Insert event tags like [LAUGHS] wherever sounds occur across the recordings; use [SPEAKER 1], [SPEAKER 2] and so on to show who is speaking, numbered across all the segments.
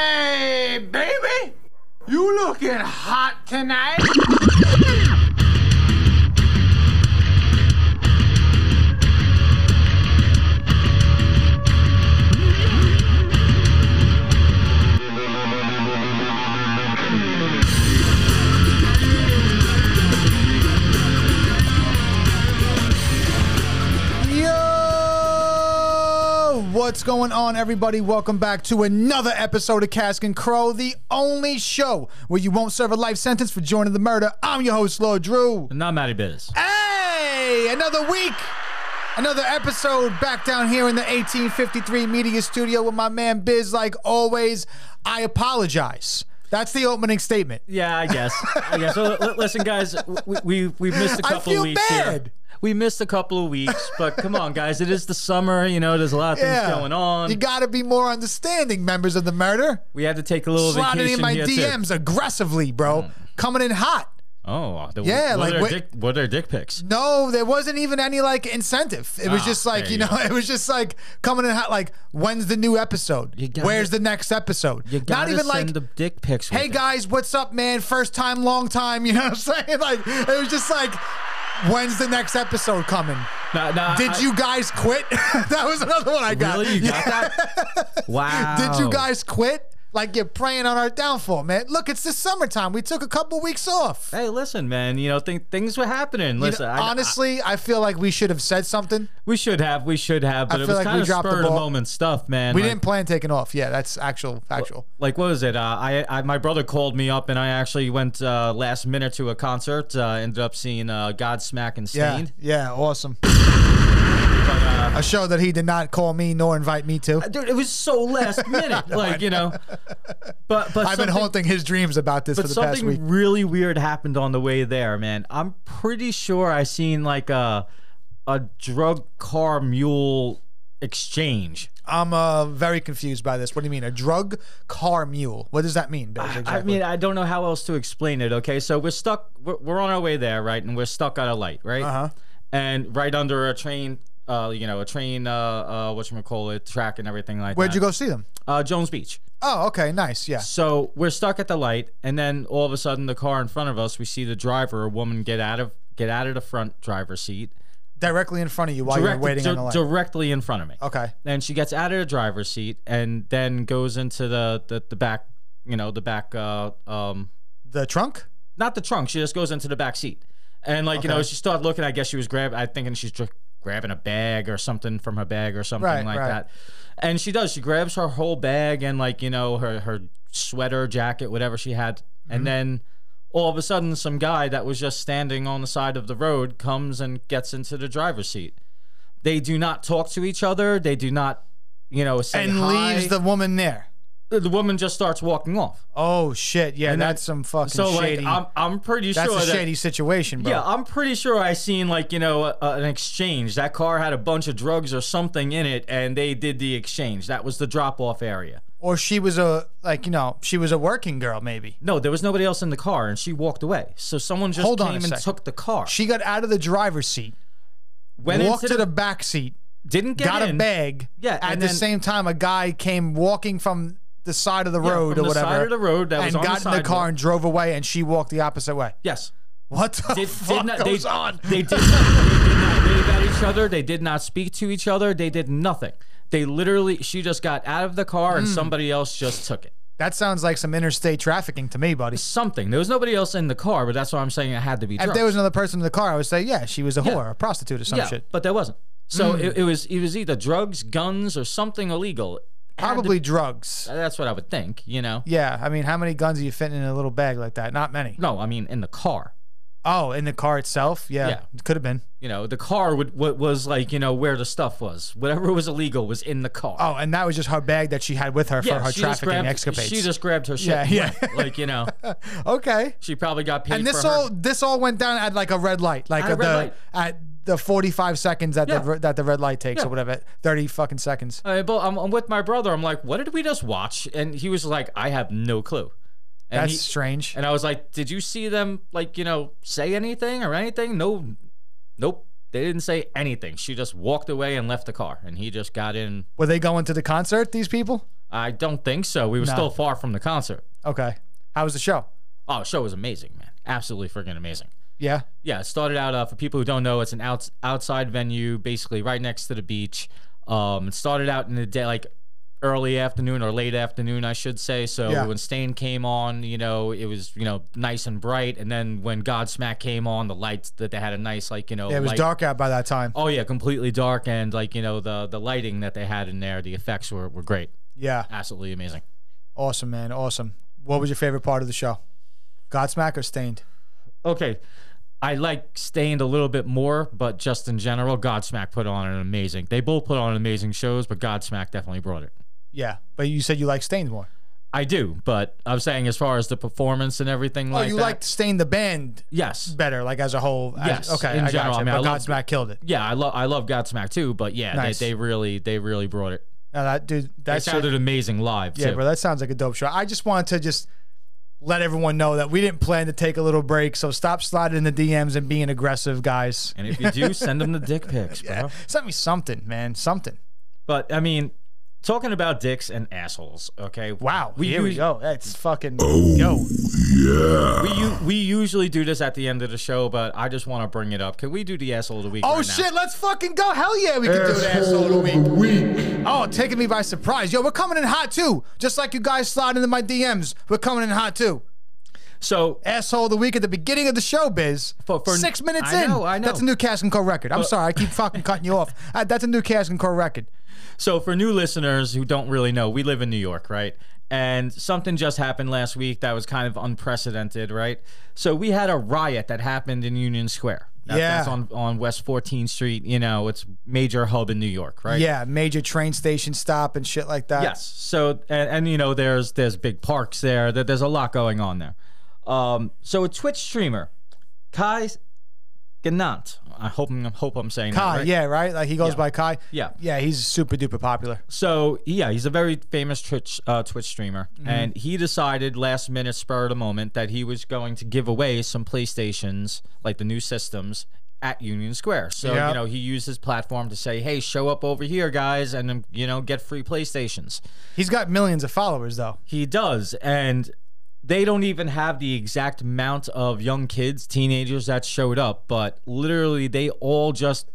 [SPEAKER 1] Hey, baby! You looking hot tonight?
[SPEAKER 2] Yo! What's going on, everybody? Welcome back to another episode of Cask and Crow, the only show where you won't serve a life sentence for joining the murder. I'm your host, Lord Drew.
[SPEAKER 3] Not Matty Biz.
[SPEAKER 2] Hey! Another week, another episode back down here in the 1853 Media Studio with my man Biz. Like always, I apologize. That's the opening statement.
[SPEAKER 3] Yeah, I guess. I guess. So, l- listen, guys, we, we we've missed a
[SPEAKER 2] I
[SPEAKER 3] couple
[SPEAKER 2] feel
[SPEAKER 3] of weeks here.
[SPEAKER 2] bad.
[SPEAKER 3] We missed a couple of weeks, but come on, guys, it is the summer. You know, there's a lot of things going on.
[SPEAKER 2] You got to be more understanding, members of the murder.
[SPEAKER 3] we had to take a little
[SPEAKER 2] Sliding
[SPEAKER 3] vacation
[SPEAKER 2] in my
[SPEAKER 3] here too. Mm.
[SPEAKER 2] DMs aggressively, bro. Coming in hot.
[SPEAKER 3] Oh, the,
[SPEAKER 2] Yeah,
[SPEAKER 3] what
[SPEAKER 2] like,
[SPEAKER 3] are
[SPEAKER 2] what-
[SPEAKER 3] dick, what are dick pics?
[SPEAKER 2] No, there wasn't even any like incentive. It was
[SPEAKER 3] Ah,
[SPEAKER 2] just like
[SPEAKER 3] there
[SPEAKER 2] you
[SPEAKER 3] you
[SPEAKER 2] know, [LAUGHS] it was just like coming in hot. Like, when's the new episode?
[SPEAKER 3] gotta-
[SPEAKER 2] Where's the next episode?
[SPEAKER 3] You
[SPEAKER 2] Not
[SPEAKER 3] gotta
[SPEAKER 2] even
[SPEAKER 3] send
[SPEAKER 2] like,
[SPEAKER 3] the dick pics. with
[SPEAKER 2] hey
[SPEAKER 3] it.
[SPEAKER 2] guys, what's up, man? First time, long time. [LAUGHS] You know what I'm saying? Like, it was just like, when's the next episode coming?
[SPEAKER 3] Nah, nah,
[SPEAKER 2] Did
[SPEAKER 3] I-
[SPEAKER 2] you guys quit? [LAUGHS] that was another one I got.
[SPEAKER 3] really? You
[SPEAKER 2] Yeah.
[SPEAKER 3] got that?
[SPEAKER 2] [LAUGHS]
[SPEAKER 3] Wow.
[SPEAKER 2] Did you guys quit? Like you're praying on our downfall, man. Look, it's the summertime. We took a couple weeks off.
[SPEAKER 3] Hey, listen, man. You know, th- things were happening.
[SPEAKER 2] You know,
[SPEAKER 3] Listen, I- I-
[SPEAKER 2] honestly, I feel like we should have said something.
[SPEAKER 3] we should have, we should have, but it
[SPEAKER 2] feel like
[SPEAKER 3] was
[SPEAKER 2] we
[SPEAKER 3] kind of
[SPEAKER 2] dropped the
[SPEAKER 3] spur of the
[SPEAKER 2] ball.
[SPEAKER 3] moment stuff, man.
[SPEAKER 2] We
[SPEAKER 3] Like,
[SPEAKER 2] didn't plan taking off. Yeah, that's actual factual.
[SPEAKER 3] like what was it? Uh, I, I my brother called me up and I actually went uh, last minute to a concert. Uh, ended up seeing uh, Godsmack and
[SPEAKER 2] yeah,
[SPEAKER 3] Stained.
[SPEAKER 2] yeah, awesome.
[SPEAKER 3] uh,
[SPEAKER 2] a show that he did not call me nor invite me to.
[SPEAKER 3] Dude, it was
[SPEAKER 2] [LAUGHS]
[SPEAKER 3] so last minute, like you know. But but
[SPEAKER 2] I've been
[SPEAKER 3] something-
[SPEAKER 2] haunting his dreams about this for
[SPEAKER 3] But
[SPEAKER 2] the past week.
[SPEAKER 3] something really weird happened on the way there, man. I'm pretty sure I seen like a a drug car mule exchange.
[SPEAKER 2] I'm uh, very confused by this. What do you mean, a drug car mule? What does that mean? Biz,
[SPEAKER 3] I
[SPEAKER 2] exactly?
[SPEAKER 3] mean, uh, I don't know how else to explain it. Okay, so we're stuck. We're, we're on our way there, right? And we're stuck at a light, right?
[SPEAKER 2] Uh-huh.
[SPEAKER 3] Uh huh. And right under a train, uh, you know, a train, uh, uh, what you call it, track and everything like
[SPEAKER 2] where'd
[SPEAKER 3] that.
[SPEAKER 2] you go see them?
[SPEAKER 3] Uh, Jones Beach.
[SPEAKER 2] Oh, okay, nice. Yeah,
[SPEAKER 3] So we're stuck at the light, and then all of a sudden, the car in front of us, we see the driver, a woman, get out of get out of the front driver's seat,
[SPEAKER 2] directly in front of you while
[SPEAKER 3] direct-
[SPEAKER 2] you're waiting
[SPEAKER 3] di-
[SPEAKER 2] on the line.
[SPEAKER 3] directly in front of me.
[SPEAKER 2] okay,
[SPEAKER 3] And she gets out of the driver's seat and then goes into the the, the back, you know, the back uh, um,
[SPEAKER 2] the trunk.
[SPEAKER 3] not the trunk. She just goes into the back seat, and like you know, she started looking. I guess she was grab. I thinking she's dr- grabbing a bag or something from her bag or something
[SPEAKER 2] Right,
[SPEAKER 3] like
[SPEAKER 2] right.
[SPEAKER 3] that. And she does. She grabs her whole bag and like you know her her sweater, jacket, whatever she had,
[SPEAKER 2] Mm-hmm.
[SPEAKER 3] and then. All of a sudden, some guy that was just standing on the side of the road comes and gets into the driver's seat. They do not talk to each other. They do not, you know, say
[SPEAKER 2] and
[SPEAKER 3] hi.
[SPEAKER 2] leaves the woman there.
[SPEAKER 3] the the woman just starts walking off.
[SPEAKER 2] Oh shit! Yeah,
[SPEAKER 3] that-
[SPEAKER 2] that's some fucking
[SPEAKER 3] So
[SPEAKER 2] shady.
[SPEAKER 3] like, I'm I'm pretty
[SPEAKER 2] that's
[SPEAKER 3] sure
[SPEAKER 2] a
[SPEAKER 3] that
[SPEAKER 2] shady situation, bro.
[SPEAKER 3] yeah, I'm pretty sure I seen like you know a, a- an exchange. That car had a bunch of drugs or something in it, and they did the exchange. That was the drop-off area.
[SPEAKER 2] Or she was a like you know she was a working girl maybe.
[SPEAKER 3] No, there was nobody else in the car, and she walked away. So someone just
[SPEAKER 2] Hold on
[SPEAKER 3] came
[SPEAKER 2] a
[SPEAKER 3] and
[SPEAKER 2] second.
[SPEAKER 3] took the car.
[SPEAKER 2] She got out of the driver's seat,
[SPEAKER 3] went
[SPEAKER 2] walked
[SPEAKER 3] into
[SPEAKER 2] to the back seat,
[SPEAKER 3] didn't get
[SPEAKER 2] got
[SPEAKER 3] in,
[SPEAKER 2] a bag.
[SPEAKER 3] Yeah,
[SPEAKER 2] At
[SPEAKER 3] and
[SPEAKER 2] the
[SPEAKER 3] then-
[SPEAKER 2] same time, a guy came walking from the side of the
[SPEAKER 3] yeah,
[SPEAKER 2] road
[SPEAKER 3] from
[SPEAKER 2] or
[SPEAKER 3] the
[SPEAKER 2] whatever,
[SPEAKER 3] side of the road that
[SPEAKER 2] and
[SPEAKER 3] was on
[SPEAKER 2] got
[SPEAKER 3] the
[SPEAKER 2] in the car
[SPEAKER 3] sidewalk.
[SPEAKER 2] and drove away, and she walked the opposite way.
[SPEAKER 3] Yes,
[SPEAKER 2] What the
[SPEAKER 3] did,
[SPEAKER 2] fuck
[SPEAKER 3] did not,
[SPEAKER 2] goes
[SPEAKER 3] they,
[SPEAKER 2] on?
[SPEAKER 3] [LAUGHS] They did not, they did not wave at each other. They did not speak to each other. They did nothing. They literally, she just got out of the car,
[SPEAKER 2] Hmm.
[SPEAKER 3] and somebody else just took it.
[SPEAKER 2] That sounds like some interstate trafficking to me, buddy.
[SPEAKER 3] Something. There was nobody else in the car, but that's why I'm saying it had to be.
[SPEAKER 2] If
[SPEAKER 3] drugs.
[SPEAKER 2] there was another person in the car, I would say, yeah, she was a whore, a prostitute, or some
[SPEAKER 3] yeah,
[SPEAKER 2] shit. Hmm.
[SPEAKER 3] but there wasn't. So it, it was it was either drugs, guns, or something illegal. Had to-
[SPEAKER 2] Probably drugs.
[SPEAKER 3] that's what I would think. You know.
[SPEAKER 2] Yeah, I mean, how many guns are you fitting in a little bag like that? Not many.
[SPEAKER 3] No, I mean in the car.
[SPEAKER 2] Oh, in the car itself? Yeah,
[SPEAKER 3] Yeah.
[SPEAKER 2] it could have been.
[SPEAKER 3] You know, the car would what was like you know where the stuff was. Whatever was illegal was in the car.
[SPEAKER 2] Oh, and that was just her bag that she had with her for her
[SPEAKER 3] she just
[SPEAKER 2] trafficking
[SPEAKER 3] grabbed,
[SPEAKER 2] escapades.
[SPEAKER 3] She just grabbed her shit.
[SPEAKER 2] Yeah,
[SPEAKER 3] and
[SPEAKER 2] yeah.
[SPEAKER 3] went. like
[SPEAKER 2] [LAUGHS]
[SPEAKER 3] you know,
[SPEAKER 2] okay.
[SPEAKER 3] she probably got paid.
[SPEAKER 2] And this
[SPEAKER 3] for her-
[SPEAKER 2] all this all went down at like a red light, like
[SPEAKER 3] At a
[SPEAKER 2] at the
[SPEAKER 3] red light.
[SPEAKER 2] at the 45 seconds that
[SPEAKER 3] Yeah.
[SPEAKER 2] the that the red light takes or
[SPEAKER 3] Yeah.
[SPEAKER 2] whatever, 30 fucking seconds.
[SPEAKER 3] Uh, but I'm, I'm with my brother. I'm like, what did we just watch? And he was like, I have no clue. And
[SPEAKER 2] That's
[SPEAKER 3] he-
[SPEAKER 2] strange.
[SPEAKER 3] And I was like, "Did you see them like you know say anything or anything?" No, nope. They didn't say anything. She just walked away and left the car, and he just got in.
[SPEAKER 2] Were they going to the concert? These people?
[SPEAKER 3] I don't think so. We were
[SPEAKER 2] No.
[SPEAKER 3] still far from the concert.
[SPEAKER 2] Okay. How was the show?
[SPEAKER 3] Oh, the show was amazing, man. Absolutely freaking amazing.
[SPEAKER 2] Yeah.
[SPEAKER 3] Yeah, it started out uh, for people who don't know, it's an outs outside venue, basically right next to the beach. Um, it started out in the day, like early afternoon or late afternoon, I should say. So
[SPEAKER 2] Yeah.
[SPEAKER 3] when Stain came on, you know, it was you know nice and bright, and then when Godsmack came on, the lights that they had a nice like you know
[SPEAKER 2] It was
[SPEAKER 3] light-
[SPEAKER 2] dark out by that time.
[SPEAKER 3] Oh yeah, completely dark, and like you know the the lighting that they had in there, the effects were were great,
[SPEAKER 2] Yeah.
[SPEAKER 3] absolutely amazing.
[SPEAKER 2] Awesome, man. Awesome. What was your favorite part of the show? Godsmack or Stained?
[SPEAKER 3] okay. I like Stained a little bit more, but just in general, Godsmack put on an amazing. They both put on amazing shows, but Godsmack definitely brought it.
[SPEAKER 2] Yeah. But you said you like Stained more.
[SPEAKER 3] I do, but I'm saying as far as the performance and everything
[SPEAKER 2] Oh,
[SPEAKER 3] like
[SPEAKER 2] you
[SPEAKER 3] that.
[SPEAKER 2] liked Stained the band
[SPEAKER 3] yes.
[SPEAKER 2] better, like as a whole. as-
[SPEAKER 3] Yes,
[SPEAKER 2] okay.
[SPEAKER 3] in
[SPEAKER 2] I
[SPEAKER 3] general,
[SPEAKER 2] gotcha.
[SPEAKER 3] I mean, I
[SPEAKER 2] but
[SPEAKER 3] loved-
[SPEAKER 2] Godsmack killed it.
[SPEAKER 3] Yeah, I love I love Godsmack too, but yeah,
[SPEAKER 2] Nice.
[SPEAKER 3] they, they really they really brought it.
[SPEAKER 2] Now that dude,
[SPEAKER 3] They
[SPEAKER 2] that
[SPEAKER 3] sounded amazing live
[SPEAKER 2] Yeah,
[SPEAKER 3] too.
[SPEAKER 2] bro, that sounds like a dope show. I just wanted to just let everyone know that we didn't plan to take a little break, so stop sliding in the DMs and being aggressive, guys.
[SPEAKER 3] And if
[SPEAKER 2] [LAUGHS]
[SPEAKER 3] you do, send them the dick pics, bro.
[SPEAKER 2] Send me something, man, something.
[SPEAKER 3] But I mean, talking about dicks and assholes, okay?
[SPEAKER 2] Wow,
[SPEAKER 3] We
[SPEAKER 2] here we
[SPEAKER 3] use-
[SPEAKER 2] go. That's fucking yo.
[SPEAKER 3] We u- we usually do this at the end of the show, but I just want to bring it up. Can we do the asshole of the week?
[SPEAKER 2] Oh
[SPEAKER 3] right now?
[SPEAKER 2] shit, let's fucking go. Hell yeah, we can do that.
[SPEAKER 1] Asshole
[SPEAKER 2] asshole of the week.
[SPEAKER 1] week.
[SPEAKER 2] Oh, taking me by surprise. Yo, we're coming in hot too. Just like you guys slide into my DMs, we're coming in hot too.
[SPEAKER 3] So
[SPEAKER 2] Asshole of the week at the beginning of the show, Biz.
[SPEAKER 3] For- for-
[SPEAKER 2] Six minutes
[SPEAKER 3] I
[SPEAKER 2] in.
[SPEAKER 3] know, I know.
[SPEAKER 2] That's a new Cask and Co record. I'm sorry, I keep fucking cutting you
[SPEAKER 3] [LAUGHS]
[SPEAKER 2] off. Uh, that's a new Cask and Co record.
[SPEAKER 3] So for new listeners who don't really know, we live in New York, right? And something just happened last week that was kind of unprecedented, right? So we had a riot that happened in Union Square. That-
[SPEAKER 2] Yeah.
[SPEAKER 3] That's on, on West 14th Street. You know, it's major hub in New York, right?
[SPEAKER 2] Yeah, major train station stop and shit like that.
[SPEAKER 3] Yes. So and, and you know there's there's big parks there. That there's a lot going on there. Um, so a Twitch streamer, Kai Ganant. I hope I'm hope I'm saying
[SPEAKER 2] Kai,
[SPEAKER 3] that right.
[SPEAKER 2] yeah, right? Like he goes by Kai.
[SPEAKER 3] Yeah.
[SPEAKER 2] Yeah, he's super duper popular.
[SPEAKER 3] So yeah, he's a very famous Twitch uh, Twitch streamer,
[SPEAKER 2] Mm-hmm.
[SPEAKER 3] and he decided last minute, spur of the moment, that he was going to give away some PlayStations, like the new systems, at Union Square. So
[SPEAKER 2] Yeah.
[SPEAKER 3] you know he used his platform to say, "Hey, show up over here, guys, and um, you know get free PlayStations."
[SPEAKER 2] He's got millions of followers though.
[SPEAKER 3] He does, and they don't even have the exact amount of young kids, teenagers that showed up, but literally they all just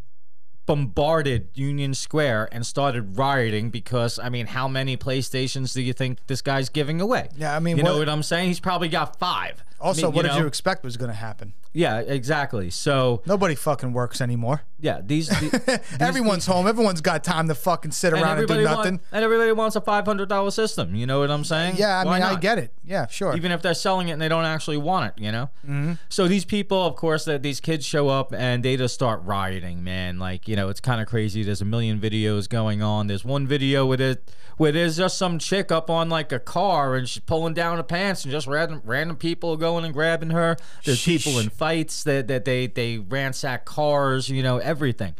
[SPEAKER 3] bombarded Union Square and started rioting because I mean, how many PlayStations do you think this guy's giving away?
[SPEAKER 2] Yeah, I mean,
[SPEAKER 3] you know
[SPEAKER 2] what-
[SPEAKER 3] what I'm saying? He's probably got five.
[SPEAKER 2] Also,
[SPEAKER 3] I mean,
[SPEAKER 2] what did
[SPEAKER 3] know?
[SPEAKER 2] you expect was going to happen?
[SPEAKER 3] Yeah, exactly. So
[SPEAKER 2] Nobody fucking works anymore.
[SPEAKER 3] yeah,
[SPEAKER 2] [LAUGHS]
[SPEAKER 3] these. the-
[SPEAKER 2] Everyone's home. Everyone's got time to fucking sit
[SPEAKER 3] And
[SPEAKER 2] around and, do
[SPEAKER 3] everybody, want-
[SPEAKER 2] nothing.
[SPEAKER 3] and everybody wants a five hundred dollar system. You know what I'm saying?
[SPEAKER 2] yeah, I
[SPEAKER 3] Why
[SPEAKER 2] mean, I
[SPEAKER 3] not?
[SPEAKER 2] get it. Yeah, sure.
[SPEAKER 3] even if they're selling it and they don't actually want it, you know. Mm-hmm. So these people, of course, that these kids show up and they just start rioting, man. Like you know, it's kind of crazy. There's a million videos going on. There's one video with it where there's just some chick up on like a car and she's pulling down her pants and just random random people going and grabbing her. There's
[SPEAKER 2] Sheesh.
[SPEAKER 3] people in fights that that they they ransack cars, you know, everything,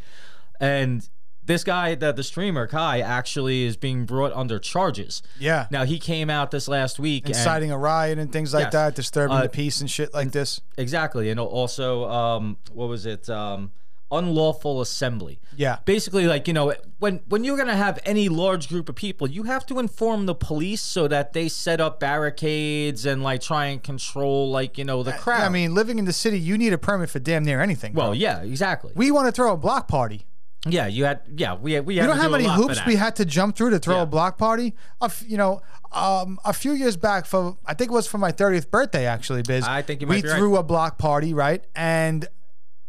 [SPEAKER 3] and. This guy, the, the streamer Kai, actually is being brought under charges.
[SPEAKER 2] yeah.
[SPEAKER 3] Now he came out this last week. and-
[SPEAKER 2] Inciting a riot and things like
[SPEAKER 3] Yes.
[SPEAKER 2] that, disturbing
[SPEAKER 3] Uh,
[SPEAKER 2] the peace and shit like this.
[SPEAKER 3] Exactly, and also um, what was it? Um, unlawful assembly.
[SPEAKER 2] Yeah.
[SPEAKER 3] Basically, like you know, when when you're gonna have any large group of people, you have to inform the police so that they set up barricades and like try and control like you know the crowd.
[SPEAKER 2] I mean, living in the city, you need a permit for damn near anything.
[SPEAKER 3] well,
[SPEAKER 2] bro.
[SPEAKER 3] yeah, exactly.
[SPEAKER 2] we want to throw a block party.
[SPEAKER 3] yeah, you had yeah we had, we had
[SPEAKER 2] You know
[SPEAKER 3] to
[SPEAKER 2] how
[SPEAKER 3] do a
[SPEAKER 2] many
[SPEAKER 3] lot for
[SPEAKER 2] hoops
[SPEAKER 3] that.
[SPEAKER 2] we had to jump through to throw
[SPEAKER 3] Yeah.
[SPEAKER 2] a block party? A f- you know, um, a few years back, for I think it was for my thirtieth birthday, actually, Biz.
[SPEAKER 3] I think you
[SPEAKER 2] we
[SPEAKER 3] might be right.
[SPEAKER 2] threw a block party, right? And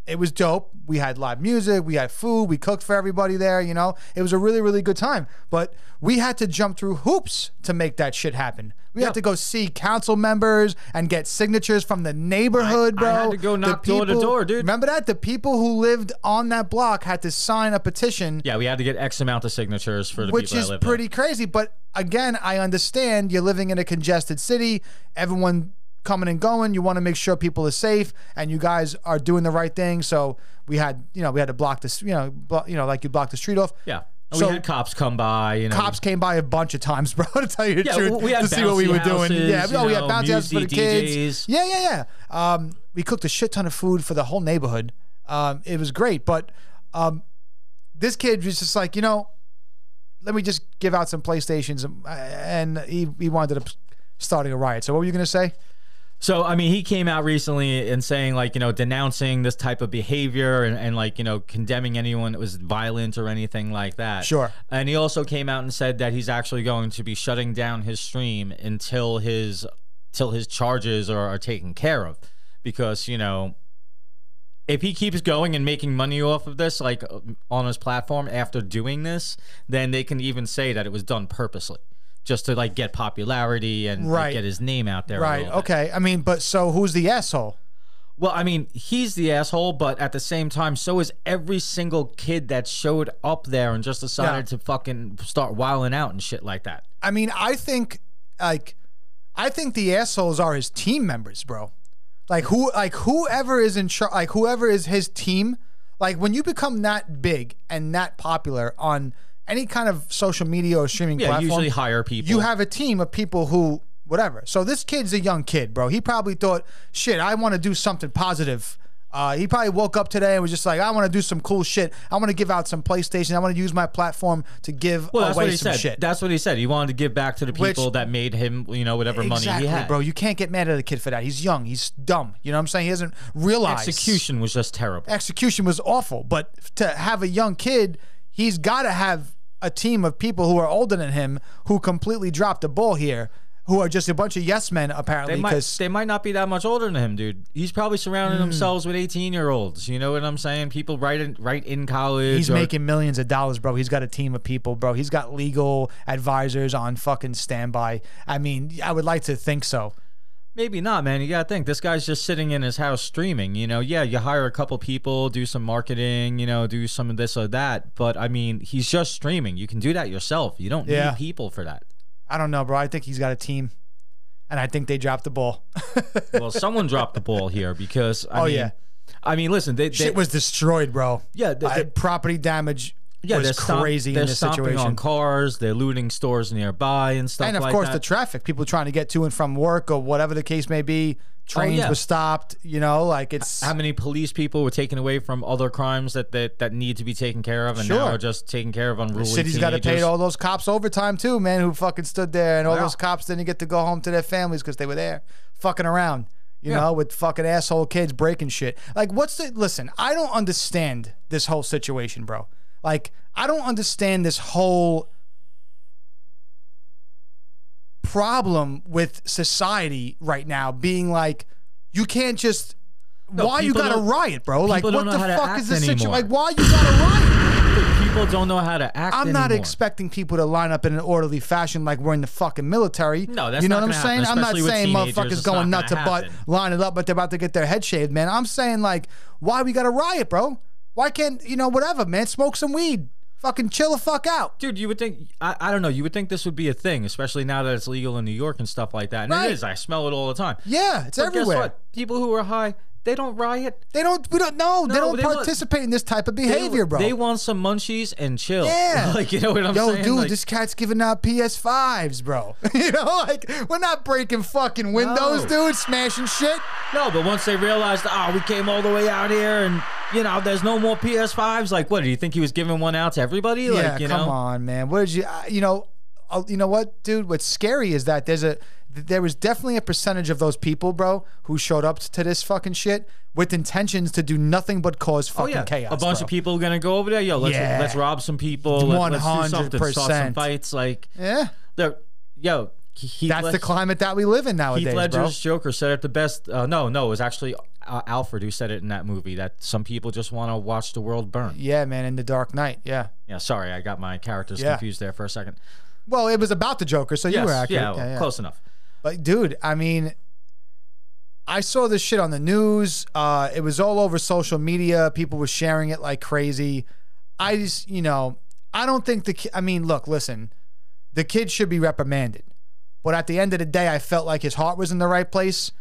[SPEAKER 2] it was dope. We had live music, we had food, we cooked for everybody there. You know, it was a really, really good time. But we had to jump through hoops to make that shit happen. We had to go see council members and get signatures from the neighborhood,
[SPEAKER 3] I
[SPEAKER 2] bro.
[SPEAKER 3] had to go
[SPEAKER 2] The
[SPEAKER 3] knock door to
[SPEAKER 2] people-
[SPEAKER 3] door, dude.
[SPEAKER 2] Remember that? The people who lived on that block had to sign a petition
[SPEAKER 3] yeah we had to get X amount of signatures for the
[SPEAKER 2] which
[SPEAKER 3] people
[SPEAKER 2] is
[SPEAKER 3] that live there.
[SPEAKER 2] pretty crazy. But again, I understand you're living in a congested city, everyone coming and going. You want to make sure people are safe, and you guys are doing the right thing. So we had, you know, we had to block this, you know, blo- you know, like you block the street off.
[SPEAKER 3] Yeah, and
[SPEAKER 2] So-
[SPEAKER 3] we had cops come by. You know,
[SPEAKER 2] Cops came by a bunch of times, [LAUGHS] bro, to tell you the
[SPEAKER 3] Yeah,
[SPEAKER 2] truth,
[SPEAKER 3] we had
[SPEAKER 2] to see what we
[SPEAKER 3] bouncy
[SPEAKER 2] were doing.
[SPEAKER 3] houses,
[SPEAKER 2] Yeah,
[SPEAKER 3] you
[SPEAKER 2] oh, we had
[SPEAKER 3] know,
[SPEAKER 2] bouncy houses for the
[SPEAKER 3] music
[SPEAKER 2] kids.
[SPEAKER 3] DJs.
[SPEAKER 2] Yeah, yeah, yeah. Um, we cooked a shit ton of food for the whole neighborhood. Um, it was great, but um, this kid was just like, you know, let me just give out some PlayStations, and- and he, he wound up starting a riot. So what were you gonna say?
[SPEAKER 3] So I mean, he came out recently and saying like you know denouncing this type of behavior and, and like you know condemning anyone that was violent or anything like that.
[SPEAKER 2] Sure.
[SPEAKER 3] And he also came out and said that he's actually going to be shutting down his stream until his till his charges are, are taken care of, because you know if he keeps going and making money off of this like uh, on his platform after doing this, then they can even say that it was done purposely. Just to like get popularity and like,
[SPEAKER 2] Right.
[SPEAKER 3] get his name out there, a
[SPEAKER 2] Right.
[SPEAKER 3] little bit.
[SPEAKER 2] Okay. I mean, but so who's the asshole?
[SPEAKER 3] Well, I mean, he's the asshole, but at the same time, so is every single kid that showed up there and just decided to fucking start wilding out and shit like that.
[SPEAKER 2] I mean, I think like I think the assholes are his team members, bro. Like who like whoever is in charge like whoever is his team, like when you become that big and that popular on any kind of social media or streaming
[SPEAKER 3] Yeah,
[SPEAKER 2] platform,
[SPEAKER 3] usually hire people.
[SPEAKER 2] you have a team of people who whatever. So this kid's a young kid, bro. He probably thought, shit, I want to do something positive. Uh, he probably woke up today and was just like, I want to do some cool shit. I want to give out some PlayStation. I want to use my platform to give
[SPEAKER 3] well, that's
[SPEAKER 2] away
[SPEAKER 3] what he
[SPEAKER 2] some
[SPEAKER 3] said.
[SPEAKER 2] shit.
[SPEAKER 3] That's what he said. He wanted to give back to the
[SPEAKER 2] Which-
[SPEAKER 3] people that made him, you know, whatever money
[SPEAKER 2] Exactly,
[SPEAKER 3] he had.
[SPEAKER 2] bro. You can't get mad at a kid for that. He's young. He's dumb. You know what I'm saying? He doesn't realize
[SPEAKER 3] Execution was just terrible.
[SPEAKER 2] Execution was awful. But to have a young kid, he's got to have a team of people who are older than him who completely dropped the ball here, who are just a bunch of yes men apparently.
[SPEAKER 3] They might,
[SPEAKER 2] Because Hmm.
[SPEAKER 3] they might not be that much older than him, dude. He's probably surrounding themselves with 18 year olds. You know what I'm saying? People right in, right in college.
[SPEAKER 2] he's
[SPEAKER 3] or-
[SPEAKER 2] making millions of dollars, bro. He's got a team of people, bro. He's got legal advisors on fucking standby. I mean, I would like to think so.
[SPEAKER 3] Maybe not, man. You gotta think. This guy's just sitting in his house streaming. You know, yeah, you hire a couple people, do some marketing, you know, do some of this or that. But I mean, he's just streaming. You can do that yourself. You don't
[SPEAKER 2] Yeah.
[SPEAKER 3] need people for that.
[SPEAKER 2] I don't know, bro. I think he's got a team, and I think they dropped the ball. [LAUGHS]
[SPEAKER 3] Well, someone dropped the ball here because I
[SPEAKER 2] Oh,
[SPEAKER 3] mean,
[SPEAKER 2] yeah.
[SPEAKER 3] I mean, listen, they, they
[SPEAKER 2] Shit was destroyed, bro.
[SPEAKER 3] yeah, they,
[SPEAKER 2] Uh,
[SPEAKER 3] they-
[SPEAKER 2] property damage
[SPEAKER 3] yeah,
[SPEAKER 2] was
[SPEAKER 3] they're stomp-
[SPEAKER 2] crazy
[SPEAKER 3] they're
[SPEAKER 2] in this
[SPEAKER 3] stomping
[SPEAKER 2] situation.
[SPEAKER 3] on cars, they're looting stores nearby and stuff.
[SPEAKER 2] and of
[SPEAKER 3] like
[SPEAKER 2] course,
[SPEAKER 3] that.
[SPEAKER 2] the traffic, people trying to get to and from work or whatever the case may be. Trains
[SPEAKER 3] Oh, yeah.
[SPEAKER 2] were stopped, you know, like it's.
[SPEAKER 3] how many police people were taken away from other crimes that that, that need to be taken care of and now
[SPEAKER 2] Sure.
[SPEAKER 3] are just taken care of unruly.
[SPEAKER 2] City's got to pay
[SPEAKER 3] teenagers?
[SPEAKER 2] all those cops overtime too, man. Who fucking stood there, and all
[SPEAKER 3] Yeah.
[SPEAKER 2] those cops didn't get to go home to their families because they were there, fucking around, you know, with fucking asshole kids breaking shit. Like, what's the? Listen, I don't understand this whole situation, bro. Like, I don't understand this whole problem with society right now being like, you can't just. why you
[SPEAKER 3] people
[SPEAKER 2] got to
[SPEAKER 3] don't-
[SPEAKER 2] riot, bro? Like,
[SPEAKER 3] people
[SPEAKER 2] what
[SPEAKER 3] don't know
[SPEAKER 2] the
[SPEAKER 3] how to
[SPEAKER 2] fuck
[SPEAKER 3] act
[SPEAKER 2] is the situation?
[SPEAKER 3] anymore.
[SPEAKER 2] Like, why you got to riot?
[SPEAKER 3] people don't know how to act.
[SPEAKER 2] I'm not
[SPEAKER 3] anymore.
[SPEAKER 2] expecting people to line up in an orderly fashion like we're in the fucking military.
[SPEAKER 3] No, that's
[SPEAKER 2] you know
[SPEAKER 3] not
[SPEAKER 2] what I'm
[SPEAKER 3] gonna
[SPEAKER 2] saying.
[SPEAKER 3] happen,
[SPEAKER 2] I'm not
[SPEAKER 3] especially with
[SPEAKER 2] saying
[SPEAKER 3] teenagers,
[SPEAKER 2] motherfuckers
[SPEAKER 3] it's
[SPEAKER 2] going
[SPEAKER 3] not
[SPEAKER 2] nut to
[SPEAKER 3] gonna
[SPEAKER 2] butt,
[SPEAKER 3] happen.
[SPEAKER 2] lining up, but they're about to get their head shaved, man. I'm saying like, why we got to riot, bro? Why can't you know whatever, man? Smoke some weed, fucking chill the fuck out.
[SPEAKER 3] Dude, you would think I, I don't know. You would think this would be a thing, especially now that it's legal in New York and stuff like that. And
[SPEAKER 2] Right.
[SPEAKER 3] it is. I smell it all the time.
[SPEAKER 2] Yeah, it's
[SPEAKER 3] But
[SPEAKER 2] everywhere.
[SPEAKER 3] Guess what? People who are high, they don't riot.
[SPEAKER 2] They don't. We don't. No, they
[SPEAKER 3] No,
[SPEAKER 2] don't
[SPEAKER 3] they want-
[SPEAKER 2] participate in this type of
[SPEAKER 3] They-
[SPEAKER 2] behavior, bro.
[SPEAKER 3] They want some munchies and chill.
[SPEAKER 2] Yeah.
[SPEAKER 3] [LAUGHS] like you know what I'm
[SPEAKER 2] Yo,
[SPEAKER 3] saying.
[SPEAKER 2] dude,
[SPEAKER 3] Like,
[SPEAKER 2] this cat's giving out PS5s, bro. [LAUGHS] you know, like we're not breaking fucking windows, dude, smashing shit.
[SPEAKER 3] no, but once they realized, oh, we came all the way out here, and you know, there's no more PS5s. Like, what do you think he was giving one out to everybody? like, you
[SPEAKER 2] come
[SPEAKER 3] know,
[SPEAKER 2] on, man. What did you? I- You know, I'll- you know what, dude? What's scary is that there's a th- there was definitely a percentage of those people, bro, who showed up to this fucking shit with intentions to do nothing but cause
[SPEAKER 3] Oh,
[SPEAKER 2] fucking
[SPEAKER 3] yeah,
[SPEAKER 2] chaos.
[SPEAKER 3] a bunch
[SPEAKER 2] bro.
[SPEAKER 3] of people gonna go over there. Yo, let's
[SPEAKER 2] Yeah.
[SPEAKER 3] let's rob some people. let- Let's do something. Start some
[SPEAKER 2] 100%.
[SPEAKER 3] fights. Like,
[SPEAKER 2] Yeah,
[SPEAKER 3] they're- yo, he,
[SPEAKER 2] that's the climate that we live in
[SPEAKER 3] Heath
[SPEAKER 2] nowadays, bro.
[SPEAKER 3] Ledger's Joker said it the best. Uh, no, no, it was actually uh, Alfred who said it in that movie that some people just want to watch the world burn.
[SPEAKER 2] Yeah, man, in the Dark Knight. Yeah.
[SPEAKER 3] Yeah, sorry, I got my characters
[SPEAKER 2] Yeah.
[SPEAKER 3] confused there for a second.
[SPEAKER 2] Well, it was about the Joker, so you
[SPEAKER 3] Yes,
[SPEAKER 2] were accurate.
[SPEAKER 3] yeah, well, close enough.
[SPEAKER 2] But dude, I mean, I saw this shit on the news. Uh, it was all over social media. People were sharing it like crazy. I just, you know, I don't think the. ki- I mean, look, listen, the kid should be reprimanded. But at the end of the day, I felt like his heart was in the right place,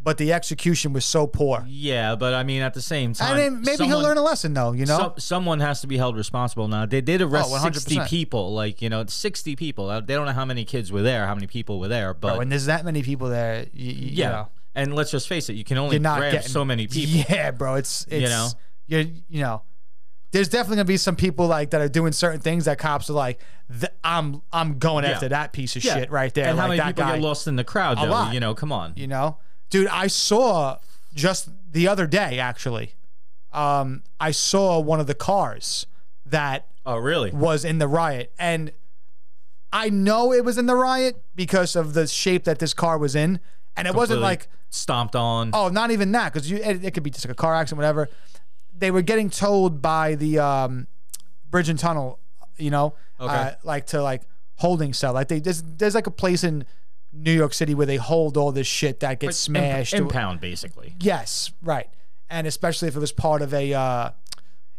[SPEAKER 2] but the execution was so poor.
[SPEAKER 3] Yeah, but I mean, at the same time,
[SPEAKER 2] And then maybe he'll
[SPEAKER 3] someone-
[SPEAKER 2] learn a lesson, though. You know,
[SPEAKER 3] some- someone has to be held responsible now. They did arrest
[SPEAKER 2] Oh,
[SPEAKER 3] 60
[SPEAKER 2] 100%.
[SPEAKER 3] people, like, you know, 60 people. Uh, They don't know how many kids were there, how many people were there, but
[SPEAKER 2] Oh, and there's that many people there. You, you,
[SPEAKER 3] yeah.
[SPEAKER 2] you know,
[SPEAKER 3] And let's just face it, you can only
[SPEAKER 2] you're not
[SPEAKER 3] grab
[SPEAKER 2] getting
[SPEAKER 3] so many people.
[SPEAKER 2] Yeah, bro, it's it's you know,
[SPEAKER 3] know?
[SPEAKER 2] you're you know, there's definitely gonna be some people like that are doing certain things that cops are like, "Th- I'm I'm going after that piece of
[SPEAKER 3] Yeah.
[SPEAKER 2] shit right there.
[SPEAKER 3] And how
[SPEAKER 2] like,
[SPEAKER 3] many
[SPEAKER 2] that
[SPEAKER 3] people
[SPEAKER 2] guy,
[SPEAKER 3] get lost in the crowd? Though,
[SPEAKER 2] lot.
[SPEAKER 3] You know, come on.
[SPEAKER 2] You know, dude, I saw just the other day actually. Um, I saw one of the cars that
[SPEAKER 3] Oh, really?
[SPEAKER 2] was in the riot. And I know it was in the riot because of the shape that this car was in. And it wasn't
[SPEAKER 3] Completely
[SPEAKER 2] like,
[SPEAKER 3] stomped on.
[SPEAKER 2] oh, not even that, because it, it could be just like a car accident, whatever. They were getting towed by the um, bridge and tunnel, you know, uh, like to like holding cell. Like they there's, there's like a place in New York City where they hold all this shit that gets
[SPEAKER 3] Imp-
[SPEAKER 2] smashed.
[SPEAKER 3] impound, basically.
[SPEAKER 2] Yes, right. And especially if it was part of a uh,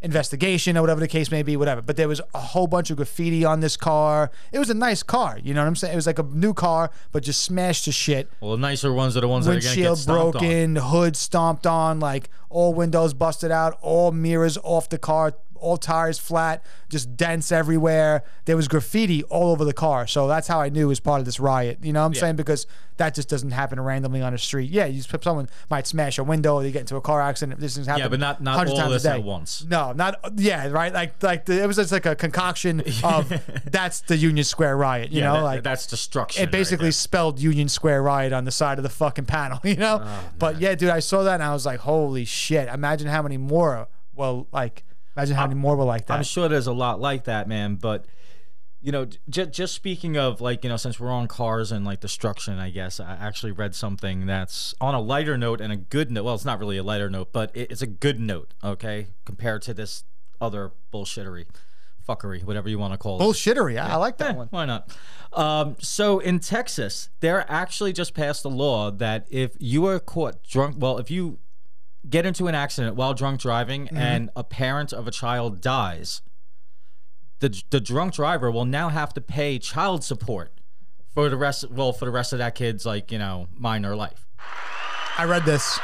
[SPEAKER 2] investigation or whatever the case may be, whatever. But there was a whole bunch of graffiti on this car. It was a nice car, you know what I'm saying? It was like a new car, but just smashed to shit.
[SPEAKER 3] Well, nicer ones are the ones that are going to get
[SPEAKER 2] Windshield
[SPEAKER 3] stomped on.
[SPEAKER 2] broken, hood stomped on, like all windows busted out, all mirrors off the car, all tires flat, just dents everywhere. There was graffiti all over the car. So that's how I knew it was part of this riot. You know what I'm saying? Because that just doesn't happen randomly on the street. Yeah, you just, someone might smash a window, they get into a car accident. This things happen.
[SPEAKER 3] but not- not
[SPEAKER 2] 100
[SPEAKER 3] all
[SPEAKER 2] times a
[SPEAKER 3] this at
[SPEAKER 2] day.
[SPEAKER 3] once.
[SPEAKER 2] No, not yeah, right. Like like the, it was just like a concoction
[SPEAKER 3] [LAUGHS]
[SPEAKER 2] of that's the Union Square riot. You
[SPEAKER 3] Yeah,
[SPEAKER 2] know,
[SPEAKER 3] that-
[SPEAKER 2] like
[SPEAKER 3] that's destruction.
[SPEAKER 2] it basically
[SPEAKER 3] right
[SPEAKER 2] spelled Union Square riot on the side of the fucking panel, [LAUGHS] you know?
[SPEAKER 3] Oh,
[SPEAKER 2] but yeah, dude, I saw that and I was like, holy shit. Imagine how many more well like imagine how many more were like
[SPEAKER 3] there. I'm
[SPEAKER 2] that.
[SPEAKER 3] sure there's a lot like that, man. But you know, just just speaking of like you know, since we're on cars and like destruction, I guess I actually read something that's on a lighter note and a good note. Well, it's not really a lighter note, but it, it's a good note, okay, compared to this other bullshittery, fuckery, whatever you want to call it.
[SPEAKER 2] Bullshittery. I, I like that
[SPEAKER 3] Eh,
[SPEAKER 2] one.
[SPEAKER 3] Why not? Um, so in Texas, they're actually just passed a law that if you are caught drunk, well, if you get into an accident while drunk driving
[SPEAKER 2] Mm-hmm.
[SPEAKER 3] and a parent of a child dies, the the drunk driver will now have to pay child support for the rest. Well, for the rest of that kid's like you know minor life.
[SPEAKER 2] I read this.